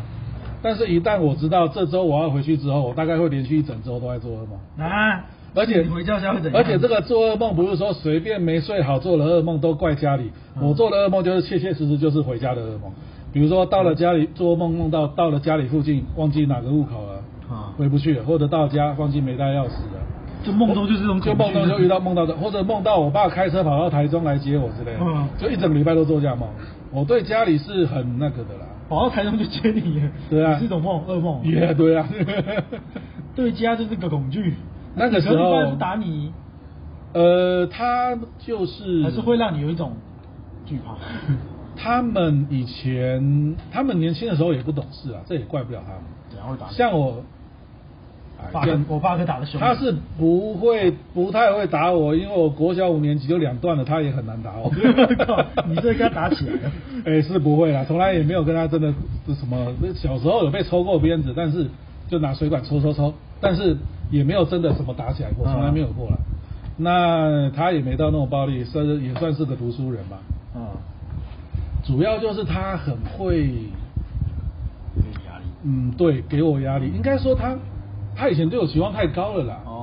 Speaker 1: 但是，一旦我知道这周我要回去之后，我大概会连续一整周都在做噩梦。
Speaker 2: 啊！
Speaker 1: 而且
Speaker 2: 你回家家会怎
Speaker 1: 而
Speaker 2: 样？
Speaker 1: 且这个做噩梦不是说随便没睡好做了噩梦都怪家里，
Speaker 2: 嗯
Speaker 1: 我做的噩梦就是切切实实就是回家的噩梦。比如说到了家里做噩梦，梦到到了家里附近忘记哪个路口了，
Speaker 2: 啊，
Speaker 1: 回不去了，或者到家忘记没带钥匙了，
Speaker 2: 就梦中就是这种
Speaker 1: 就
Speaker 2: 恐
Speaker 1: 梦
Speaker 2: 惧
Speaker 1: 到就遇到梦到的，或者梦到我爸开车跑到台中来接我之类
Speaker 2: 嗯
Speaker 1: 的，就一整个礼拜都做这样梦。我对家里是很那个的啦，
Speaker 2: 跑到台中去接你耶，
Speaker 1: 对啊
Speaker 2: 是一种梦，噩梦。
Speaker 1: 也对啊。
Speaker 2: (laughs)
Speaker 1: (laughs)
Speaker 2: 对家就是个恐惧。
Speaker 1: 那个时候
Speaker 2: 可是一般打你
Speaker 1: 呃，他就是
Speaker 2: 还是会让你有一种惧
Speaker 1: (laughs)
Speaker 2: 怕。
Speaker 1: 他们以前，他们年轻的时候也不懂事啊，这也怪不了他们。
Speaker 2: 怎样啊会打你？
Speaker 1: 像我，
Speaker 2: 爸
Speaker 1: 哎
Speaker 2: 跟
Speaker 1: 跟
Speaker 2: 我爸跟打的凶。
Speaker 1: 他是不会、不太会打我，因为我国小五年级就两段了，他也很难打
Speaker 2: 哦
Speaker 1: 我
Speaker 2: 靠。你这跟他打起来了？
Speaker 1: (laughs) 哎、是不会啦，从来也没有跟他真的是什么。小时候有被抽过鞭子，但是就拿水管抽抽抽，但是也没有真的什么打起来过，
Speaker 2: 啊
Speaker 1: 从来没有过啦。那他也没到那种暴力，算是也算是个读书人吧。
Speaker 2: 啊，
Speaker 1: 主要就是他很会，
Speaker 2: 有点压力。
Speaker 1: 嗯，对，给我压力。应该说他，他以前对我期望太高了啦。
Speaker 2: 哦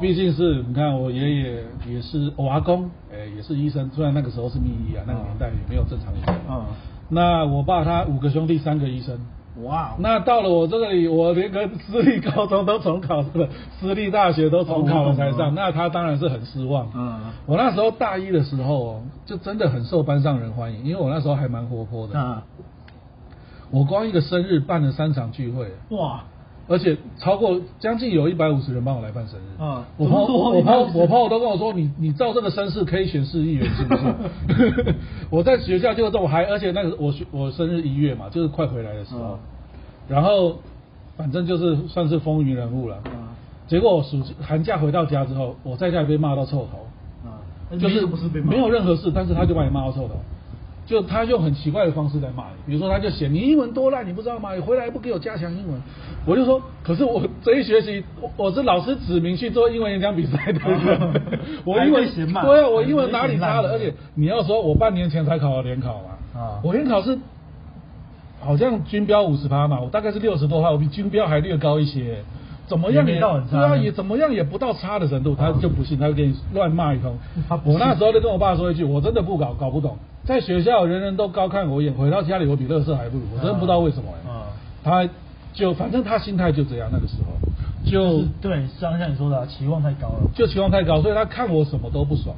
Speaker 1: 毕竟是你看我爷爷也是我阿公，哎、也是医生，虽然那个时候是秘医啊，那个年代也没有正常医生。
Speaker 2: 嗯，
Speaker 1: 那我爸他五个兄弟，三个医生。
Speaker 2: 哇，
Speaker 1: 那到了我这里，我连个私立高中都重考了， (laughs) 私立大学都重考了才上，那他当然是很失望。
Speaker 2: 哦嗯
Speaker 1: 我那时候大一的时候哦，就真的很受班上人欢迎，因为我那时候还蛮活泼的。
Speaker 2: 啊，
Speaker 1: 我光一个生日办了三场聚会，
Speaker 2: 哇，
Speaker 1: 而且超过将近有一百五十人帮我来办生日。
Speaker 2: 啊
Speaker 1: 我
Speaker 2: 这
Speaker 1: 朋
Speaker 2: 么
Speaker 1: 友
Speaker 2: 多
Speaker 1: 我
Speaker 2: 你
Speaker 1: 朋友
Speaker 2: 办生日
Speaker 1: 我朋友都跟我说，你你照这个绅士可以选市议员是不是？ (laughs) 我在学校就这么嗨，而且那个我学我生日一月嘛，就是快回来的时候，
Speaker 2: 嗯
Speaker 1: 然后反正就是算是风云人物了。
Speaker 2: 嗯
Speaker 1: 结果我暑寒假回到家之后，我在家里被骂到臭头。
Speaker 2: 啊，
Speaker 1: 就是
Speaker 2: 不是被骂
Speaker 1: 没有任何事，但是他就把你骂到臭头，就他用很奇怪的方式在骂你，比如说他就嫌你英文多烂，你不知道吗？你回来不给我加强英文，我就说，可是我这一学期我我是老师指名去做英文演讲比赛的人，
Speaker 2: (laughs)
Speaker 1: 我英
Speaker 2: 还被
Speaker 1: 文
Speaker 2: 嫌骂
Speaker 1: 对啊，我英文哪里差了？
Speaker 2: 还
Speaker 1: 而
Speaker 2: 被嫌
Speaker 1: 且你要说我半年前才考了联考嘛，
Speaker 2: 啊
Speaker 1: 我联考是。好像军标五十趴嘛，我大概是六十多趴，我比军标还略高一些。怎么样
Speaker 2: 也没到很差
Speaker 1: 对啊，也怎么样也不到差的程度，他就不信，他就给你乱骂一通
Speaker 2: (laughs) 他。不
Speaker 1: 我
Speaker 2: 信
Speaker 1: 那时候就跟我爸说一句，我真的不搞，搞不懂。在学校人人都高看我一眼，回到家里我比乐色还不如，我真的不知道为什么、欸。
Speaker 2: 嗯
Speaker 1: 他就反正他心态就这样，那个时候就
Speaker 2: 就是对，像像你说的啊，期望太高了。
Speaker 1: 就期望太高，所以他看我什么都不爽，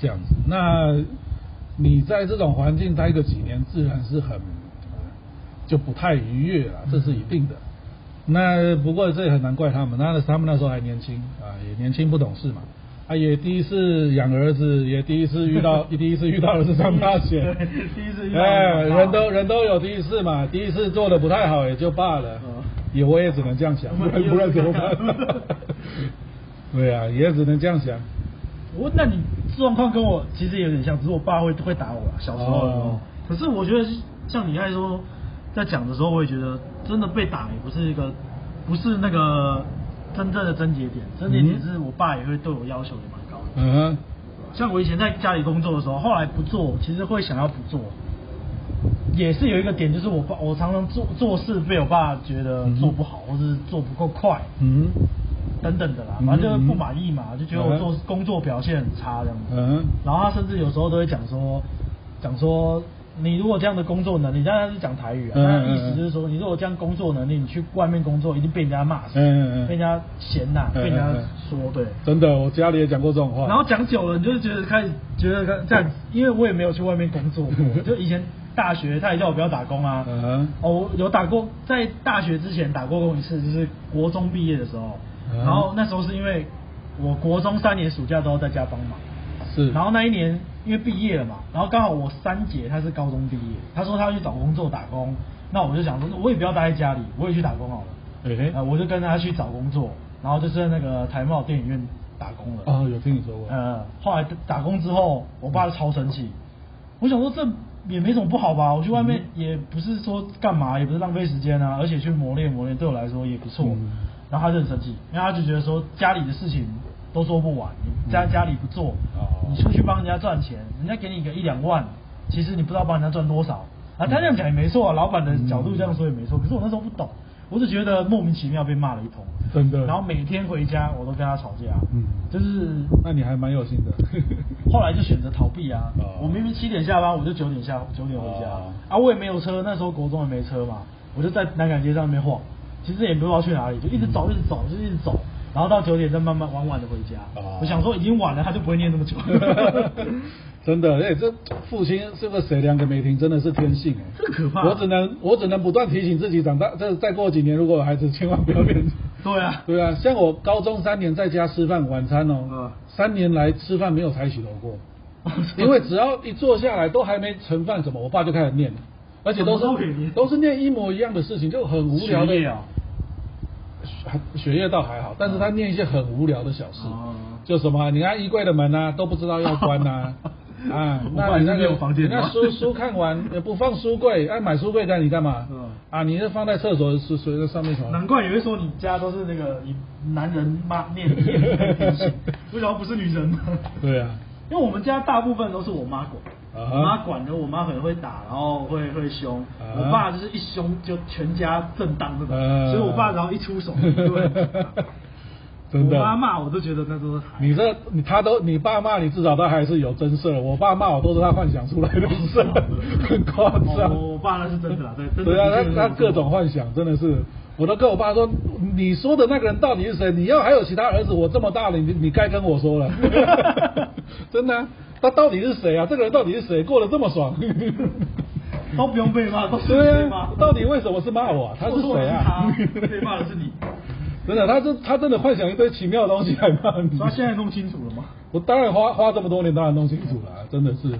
Speaker 1: 这样子。那你在这种环境待个几年，自然是很呃就不太愉悦了，
Speaker 2: 嗯
Speaker 1: 这是一定的。那不过这也很难怪他们，那他们那时候还年轻啊，也年轻不懂事嘛。啊，也第一次养儿子，也第一次遇
Speaker 2: (laughs)
Speaker 1: 到，第一次遇到儿子上大学，
Speaker 2: 对第一次遇到
Speaker 1: 哎，
Speaker 2: 儿子上
Speaker 1: 人
Speaker 2: 大学
Speaker 1: 都人都有第一次嘛，第一次做的不太好也就罢了，
Speaker 2: 嗯
Speaker 1: 也我也只能这样想，不然不然怎么办？对啊，也只能这样想。
Speaker 2: 我那你状况跟我其实有点像，只是我爸会会打我啊，小时候的时候。
Speaker 1: 哦
Speaker 2: 可是我觉得像你爱说在讲的时候，我也觉得真的被打也不是一个，不是那个真正的症结点，症结点
Speaker 1: 嗯
Speaker 2: 是我爸也会对我要求也蛮高的。
Speaker 1: 嗯哼，
Speaker 2: 像我以前在家里工作的时候，后来不做，其实会想要不做，也是有一个点，就是我爸，我常常做做事被我爸觉得做不好，或是做不够快，
Speaker 1: 嗯
Speaker 2: 等等的啦，
Speaker 1: 嗯
Speaker 2: 反正就是不满意嘛，就觉得我做
Speaker 1: 嗯
Speaker 2: 工作表现很差这样子。
Speaker 1: 嗯哼，
Speaker 2: 然后他甚至有时候都会讲说，讲说你如果这样的工作能力，当然是讲台语啊，
Speaker 1: 嗯
Speaker 2: 但
Speaker 1: 嗯
Speaker 2: 意思就是说，你如果这样工作能力，你去外面工作一定被人家骂死，
Speaker 1: 嗯嗯嗯
Speaker 2: 被人家嫌呐、
Speaker 1: 嗯嗯
Speaker 2: 被人家
Speaker 1: 嗯
Speaker 2: 说对。
Speaker 1: 真的，我家里也讲过这种话。
Speaker 2: 然后讲久了，你就觉得开始觉得这样，因为我也没有去外面工作
Speaker 1: (laughs)
Speaker 2: 过，就以前大学他也叫我不要打工啊。
Speaker 1: 嗯哼
Speaker 2: 哦，我有打过，在大学之前打过工一次，就是国中毕业的时候。
Speaker 1: 嗯
Speaker 2: 然后那时候是因为我国中三年暑假都要在家帮忙，
Speaker 1: 是，
Speaker 2: 然后那一年因为毕业了嘛，然后刚好我三姐她是高中毕业，她说她要去找工作打工，那我就想说，我也不要待在家里，我也去打工好了。
Speaker 1: 嘿嘿
Speaker 2: 呃，我就跟她去找工作，然后就在那个台贸电影院打工了。
Speaker 1: 哦，有听你说过。
Speaker 2: 呃，后来打工之后，我爸就超生气。我想说这也没什么不好吧，我去外面
Speaker 1: 嗯
Speaker 2: 也不是说干嘛，也不是浪费时间啊，而且去磨练磨练对我来说也不错。
Speaker 1: 嗯
Speaker 2: 然后他就很生气，因为他就觉得说家里的事情都做不完，你在
Speaker 1: 嗯
Speaker 2: 家里不做，
Speaker 1: 哦
Speaker 2: 你出去帮人家赚钱，人家给你个一两万，其实你不知道帮人家赚多少。啊，
Speaker 1: 嗯
Speaker 2: 他这样讲也没错啊，老板的角度这样说也没错。可是我那时候不懂，我只觉得莫名其妙被骂了一通，
Speaker 1: 真的
Speaker 2: 然后每天回家我都跟他吵架，
Speaker 1: 嗯
Speaker 2: 就是
Speaker 1: 那你还蛮有心的。
Speaker 2: 呃后来就选择逃避啊。
Speaker 1: 哦
Speaker 2: 我明明七点下班，我就九点下九点回家、
Speaker 1: 哦
Speaker 2: 啊，我也没有车，那时候国中也没车嘛，我就在南港街上面晃，其实也不知道去哪里，就一直走，一直走，就一直走，然后到九点再慢慢晚晚的回家。
Speaker 1: 哦
Speaker 2: 我想说已经晚了，他就不会念那么
Speaker 1: (laughs)
Speaker 2: 久。
Speaker 1: (laughs) 真的，哎、这父亲是个谁两个没停，真的是天性哎、
Speaker 2: 这可怕
Speaker 1: 我只能我只能不断提醒自己，长大这再过几年，如果有孩子，千万不要变。
Speaker 2: 对啊，
Speaker 1: 对啊，像我高中三年在家吃饭晚餐哦，
Speaker 2: 嗯
Speaker 1: 三年来吃饭没有抬起头过，因
Speaker 2: (laughs)
Speaker 1: 为只要一坐下来都还没盛饭什么，我爸就开始念了，而且都
Speaker 2: 什么都可以
Speaker 1: 是
Speaker 2: 念
Speaker 1: 都是念一模一样的事情，就很无聊的
Speaker 2: 学业啊
Speaker 1: 还学业倒还好，但是他念一些很无聊的小事，
Speaker 2: 哦
Speaker 1: 就什么，你看衣柜的门啊，都不知道要关
Speaker 2: (laughs)
Speaker 1: 呐、啊，
Speaker 2: 我
Speaker 1: 那
Speaker 2: 爸
Speaker 1: 你
Speaker 2: 已经
Speaker 1: 那
Speaker 2: 没
Speaker 1: 个
Speaker 2: 有房间了
Speaker 1: 那书书看完也不放书柜，哎、买书柜干你干嘛？
Speaker 2: 嗯
Speaker 1: 啊，你是放在厕所是随在上面什么？
Speaker 2: 难怪你会说你家都是那个以男人骂念念的
Speaker 1: (laughs)
Speaker 2: 地形，为什么不是女人呢？
Speaker 1: 对啊，
Speaker 2: 因为我们家大部分都是我妈管，
Speaker 1: 啊
Speaker 2: 我妈管的，我妈可能会打，然后会会凶，
Speaker 1: 啊
Speaker 2: 我爸就是一凶就全家震荡那种，
Speaker 1: 呃
Speaker 2: 所以我爸只要一出手，就会
Speaker 1: (laughs) 真的
Speaker 2: 我妈骂我都觉得那都是孩
Speaker 1: 你这你他都你爸骂你至少他还是有真事儿，我爸骂我都是他幻想出来的事儿， (laughs) 很夸张。
Speaker 2: 啊哦我爸那是真的啦对真的
Speaker 1: 对啊，
Speaker 2: 的确是
Speaker 1: 他他
Speaker 2: 这么
Speaker 1: 各
Speaker 2: 说
Speaker 1: 种幻想真的是，我都跟我爸说，你说的那个人到底是谁？你要还有其他儿子，我这么大了，你你该跟我说了。 (laughs) 真的啊、他到底是谁啊？这个人到底是谁？过得这么爽。 (laughs)
Speaker 2: 都不用被骂，都是
Speaker 1: 对
Speaker 2: 被骂
Speaker 1: 啊，，到底为什么是骂我、啊？他是谁啊
Speaker 2: 我说的是他？被骂的是你，
Speaker 1: 真的，他这他真的幻想一堆奇妙的东西来骂你。
Speaker 2: 所以他现在弄清楚了吗？
Speaker 1: 我当然花花这么多年，当然弄清楚了啊、真的是，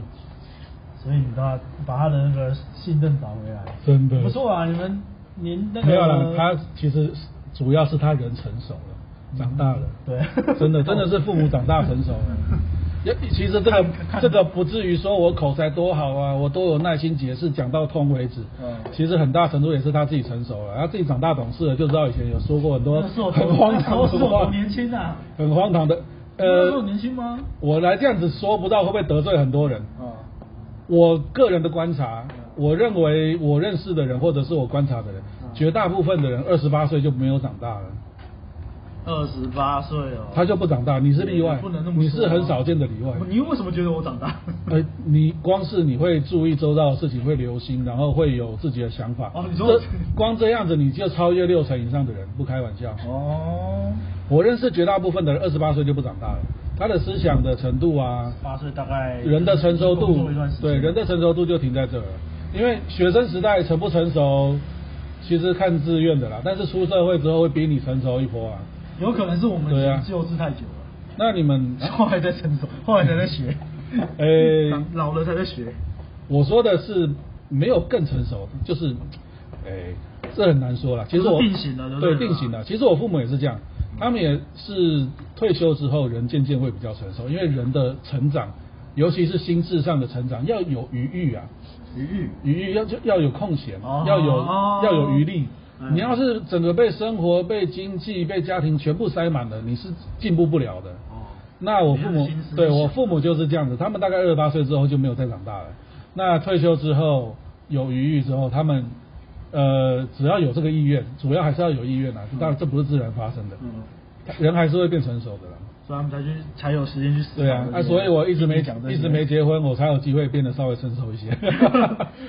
Speaker 7: 所以你都要把他的那个信任找回来。
Speaker 1: 真的
Speaker 2: 不错啊，你们您那个呃
Speaker 1: 没有啦，他其实主要是他人成熟了，长大了。
Speaker 2: 嗯
Speaker 1: (laughs)
Speaker 2: 对
Speaker 1: 真的真的是父母长大成熟了。
Speaker 2: (laughs)
Speaker 1: 也其实这个这个不至于说我口才多好啊，我都有耐心解释讲到通为止。
Speaker 2: 嗯
Speaker 1: 其实很大程度也是他自己成熟了，他自己长大懂事了，就知道以前有说过很多
Speaker 2: 那是我多
Speaker 1: 很荒唐
Speaker 2: 那是
Speaker 1: 的
Speaker 2: 我多
Speaker 1: 话，
Speaker 2: 年轻啊，
Speaker 1: 很荒唐的。
Speaker 2: 那时候
Speaker 1: 呃，
Speaker 2: 年轻吗？
Speaker 1: 我来这样子说，不知道会不会得罪很多人。
Speaker 2: 啊，
Speaker 1: 我个人的观察，我认为
Speaker 2: 啊
Speaker 1: 我认识的人，或者是我观察的人，绝大部分的人二十八岁就没有长大了。
Speaker 2: 二十八岁哦，
Speaker 1: 他就不长大，你是例外，
Speaker 2: 不能那么说啊哦
Speaker 1: 你是很少见的例外。
Speaker 2: 你为什么觉得我
Speaker 1: (laughs)
Speaker 2: 长大？
Speaker 1: 呃，你光是你会注意周到的事情，会留心，然后会有自己的想法。
Speaker 2: 哦你说
Speaker 1: 这光这样子你就超越六成以上的人，不开玩笑。
Speaker 2: 哦，
Speaker 1: 我认识绝大部分的人，二十八岁就不长大了，他的思想的程度啊，
Speaker 2: 八岁大概
Speaker 1: 人的成熟
Speaker 2: 工
Speaker 1: 度
Speaker 2: 作一段时，间
Speaker 1: 对人的成熟度就停在这儿了。因为学生时代成不成熟，其实看自愿的啦。但是出社会之后会比你成熟一波啊。
Speaker 2: 有可能是我们
Speaker 1: 对啊
Speaker 2: 幼稚太久了，
Speaker 1: 那你们，
Speaker 2: 后来才成熟，后来才在
Speaker 1: (laughs)
Speaker 2: 学，
Speaker 1: 诶、
Speaker 2: 长老了才在学。
Speaker 1: 我说的是没有更成熟，就是，诶、这很难说了。其实我
Speaker 2: 就是定型了就
Speaker 1: 对
Speaker 2: 对了
Speaker 1: 定型了。其实我父母也是这样，他们也是退休之后人渐渐会比较成熟，因为人的成长，尤其是心智上的成长，要有余裕啊。
Speaker 2: 余裕
Speaker 1: 余裕要就要有空闲，
Speaker 2: 哦
Speaker 1: 要有
Speaker 2: 哦
Speaker 1: 要有余力
Speaker 2: 嗯。
Speaker 1: 你要是整个被生活、被经济、被家庭全部塞满了，你是进步不了的。
Speaker 2: 哦，
Speaker 1: 那我父母
Speaker 2: 没有心思
Speaker 1: 对
Speaker 2: 想
Speaker 1: 我父母就是这样子，他们大概二十八岁之后就没有再长大了。那退休之后有余裕之后，他们呃只要有这个意愿，主要还是要有意愿啊。当然这不是自然发生的，
Speaker 2: 嗯，
Speaker 1: 人还是会变成熟的啦。
Speaker 2: 所以他们才去才有时间去思考
Speaker 1: 对啊，
Speaker 2: 这
Speaker 1: 啊，
Speaker 2: 些
Speaker 1: 所以我一直没
Speaker 2: 讲这些，，
Speaker 1: 一直没结婚，我才有机会变得稍微成熟一些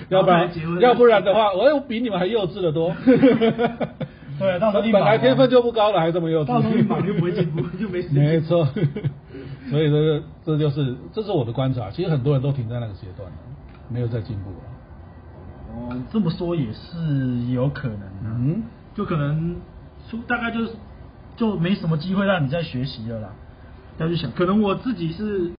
Speaker 1: 要不
Speaker 2: 然后
Speaker 1: 然
Speaker 2: 才结婚
Speaker 1: 要不然的话，我又比你们还幼稚的多。
Speaker 2: (laughs) 对到时候一
Speaker 1: 本
Speaker 2: 忙
Speaker 1: 来天分就不高了，还这么幼稚，
Speaker 2: 到时候一忙就不会进步， (laughs) 就没时间。
Speaker 1: 没错， (laughs) 所以这个这就是这是我的观察，其实很多人都停在那个阶段了，没有在进步了。
Speaker 2: 哦，这么说也是有可能的、
Speaker 1: 嗯，
Speaker 2: 就可能出大概就是就没什么机会让你再学习了啦。要去想，可能我自己是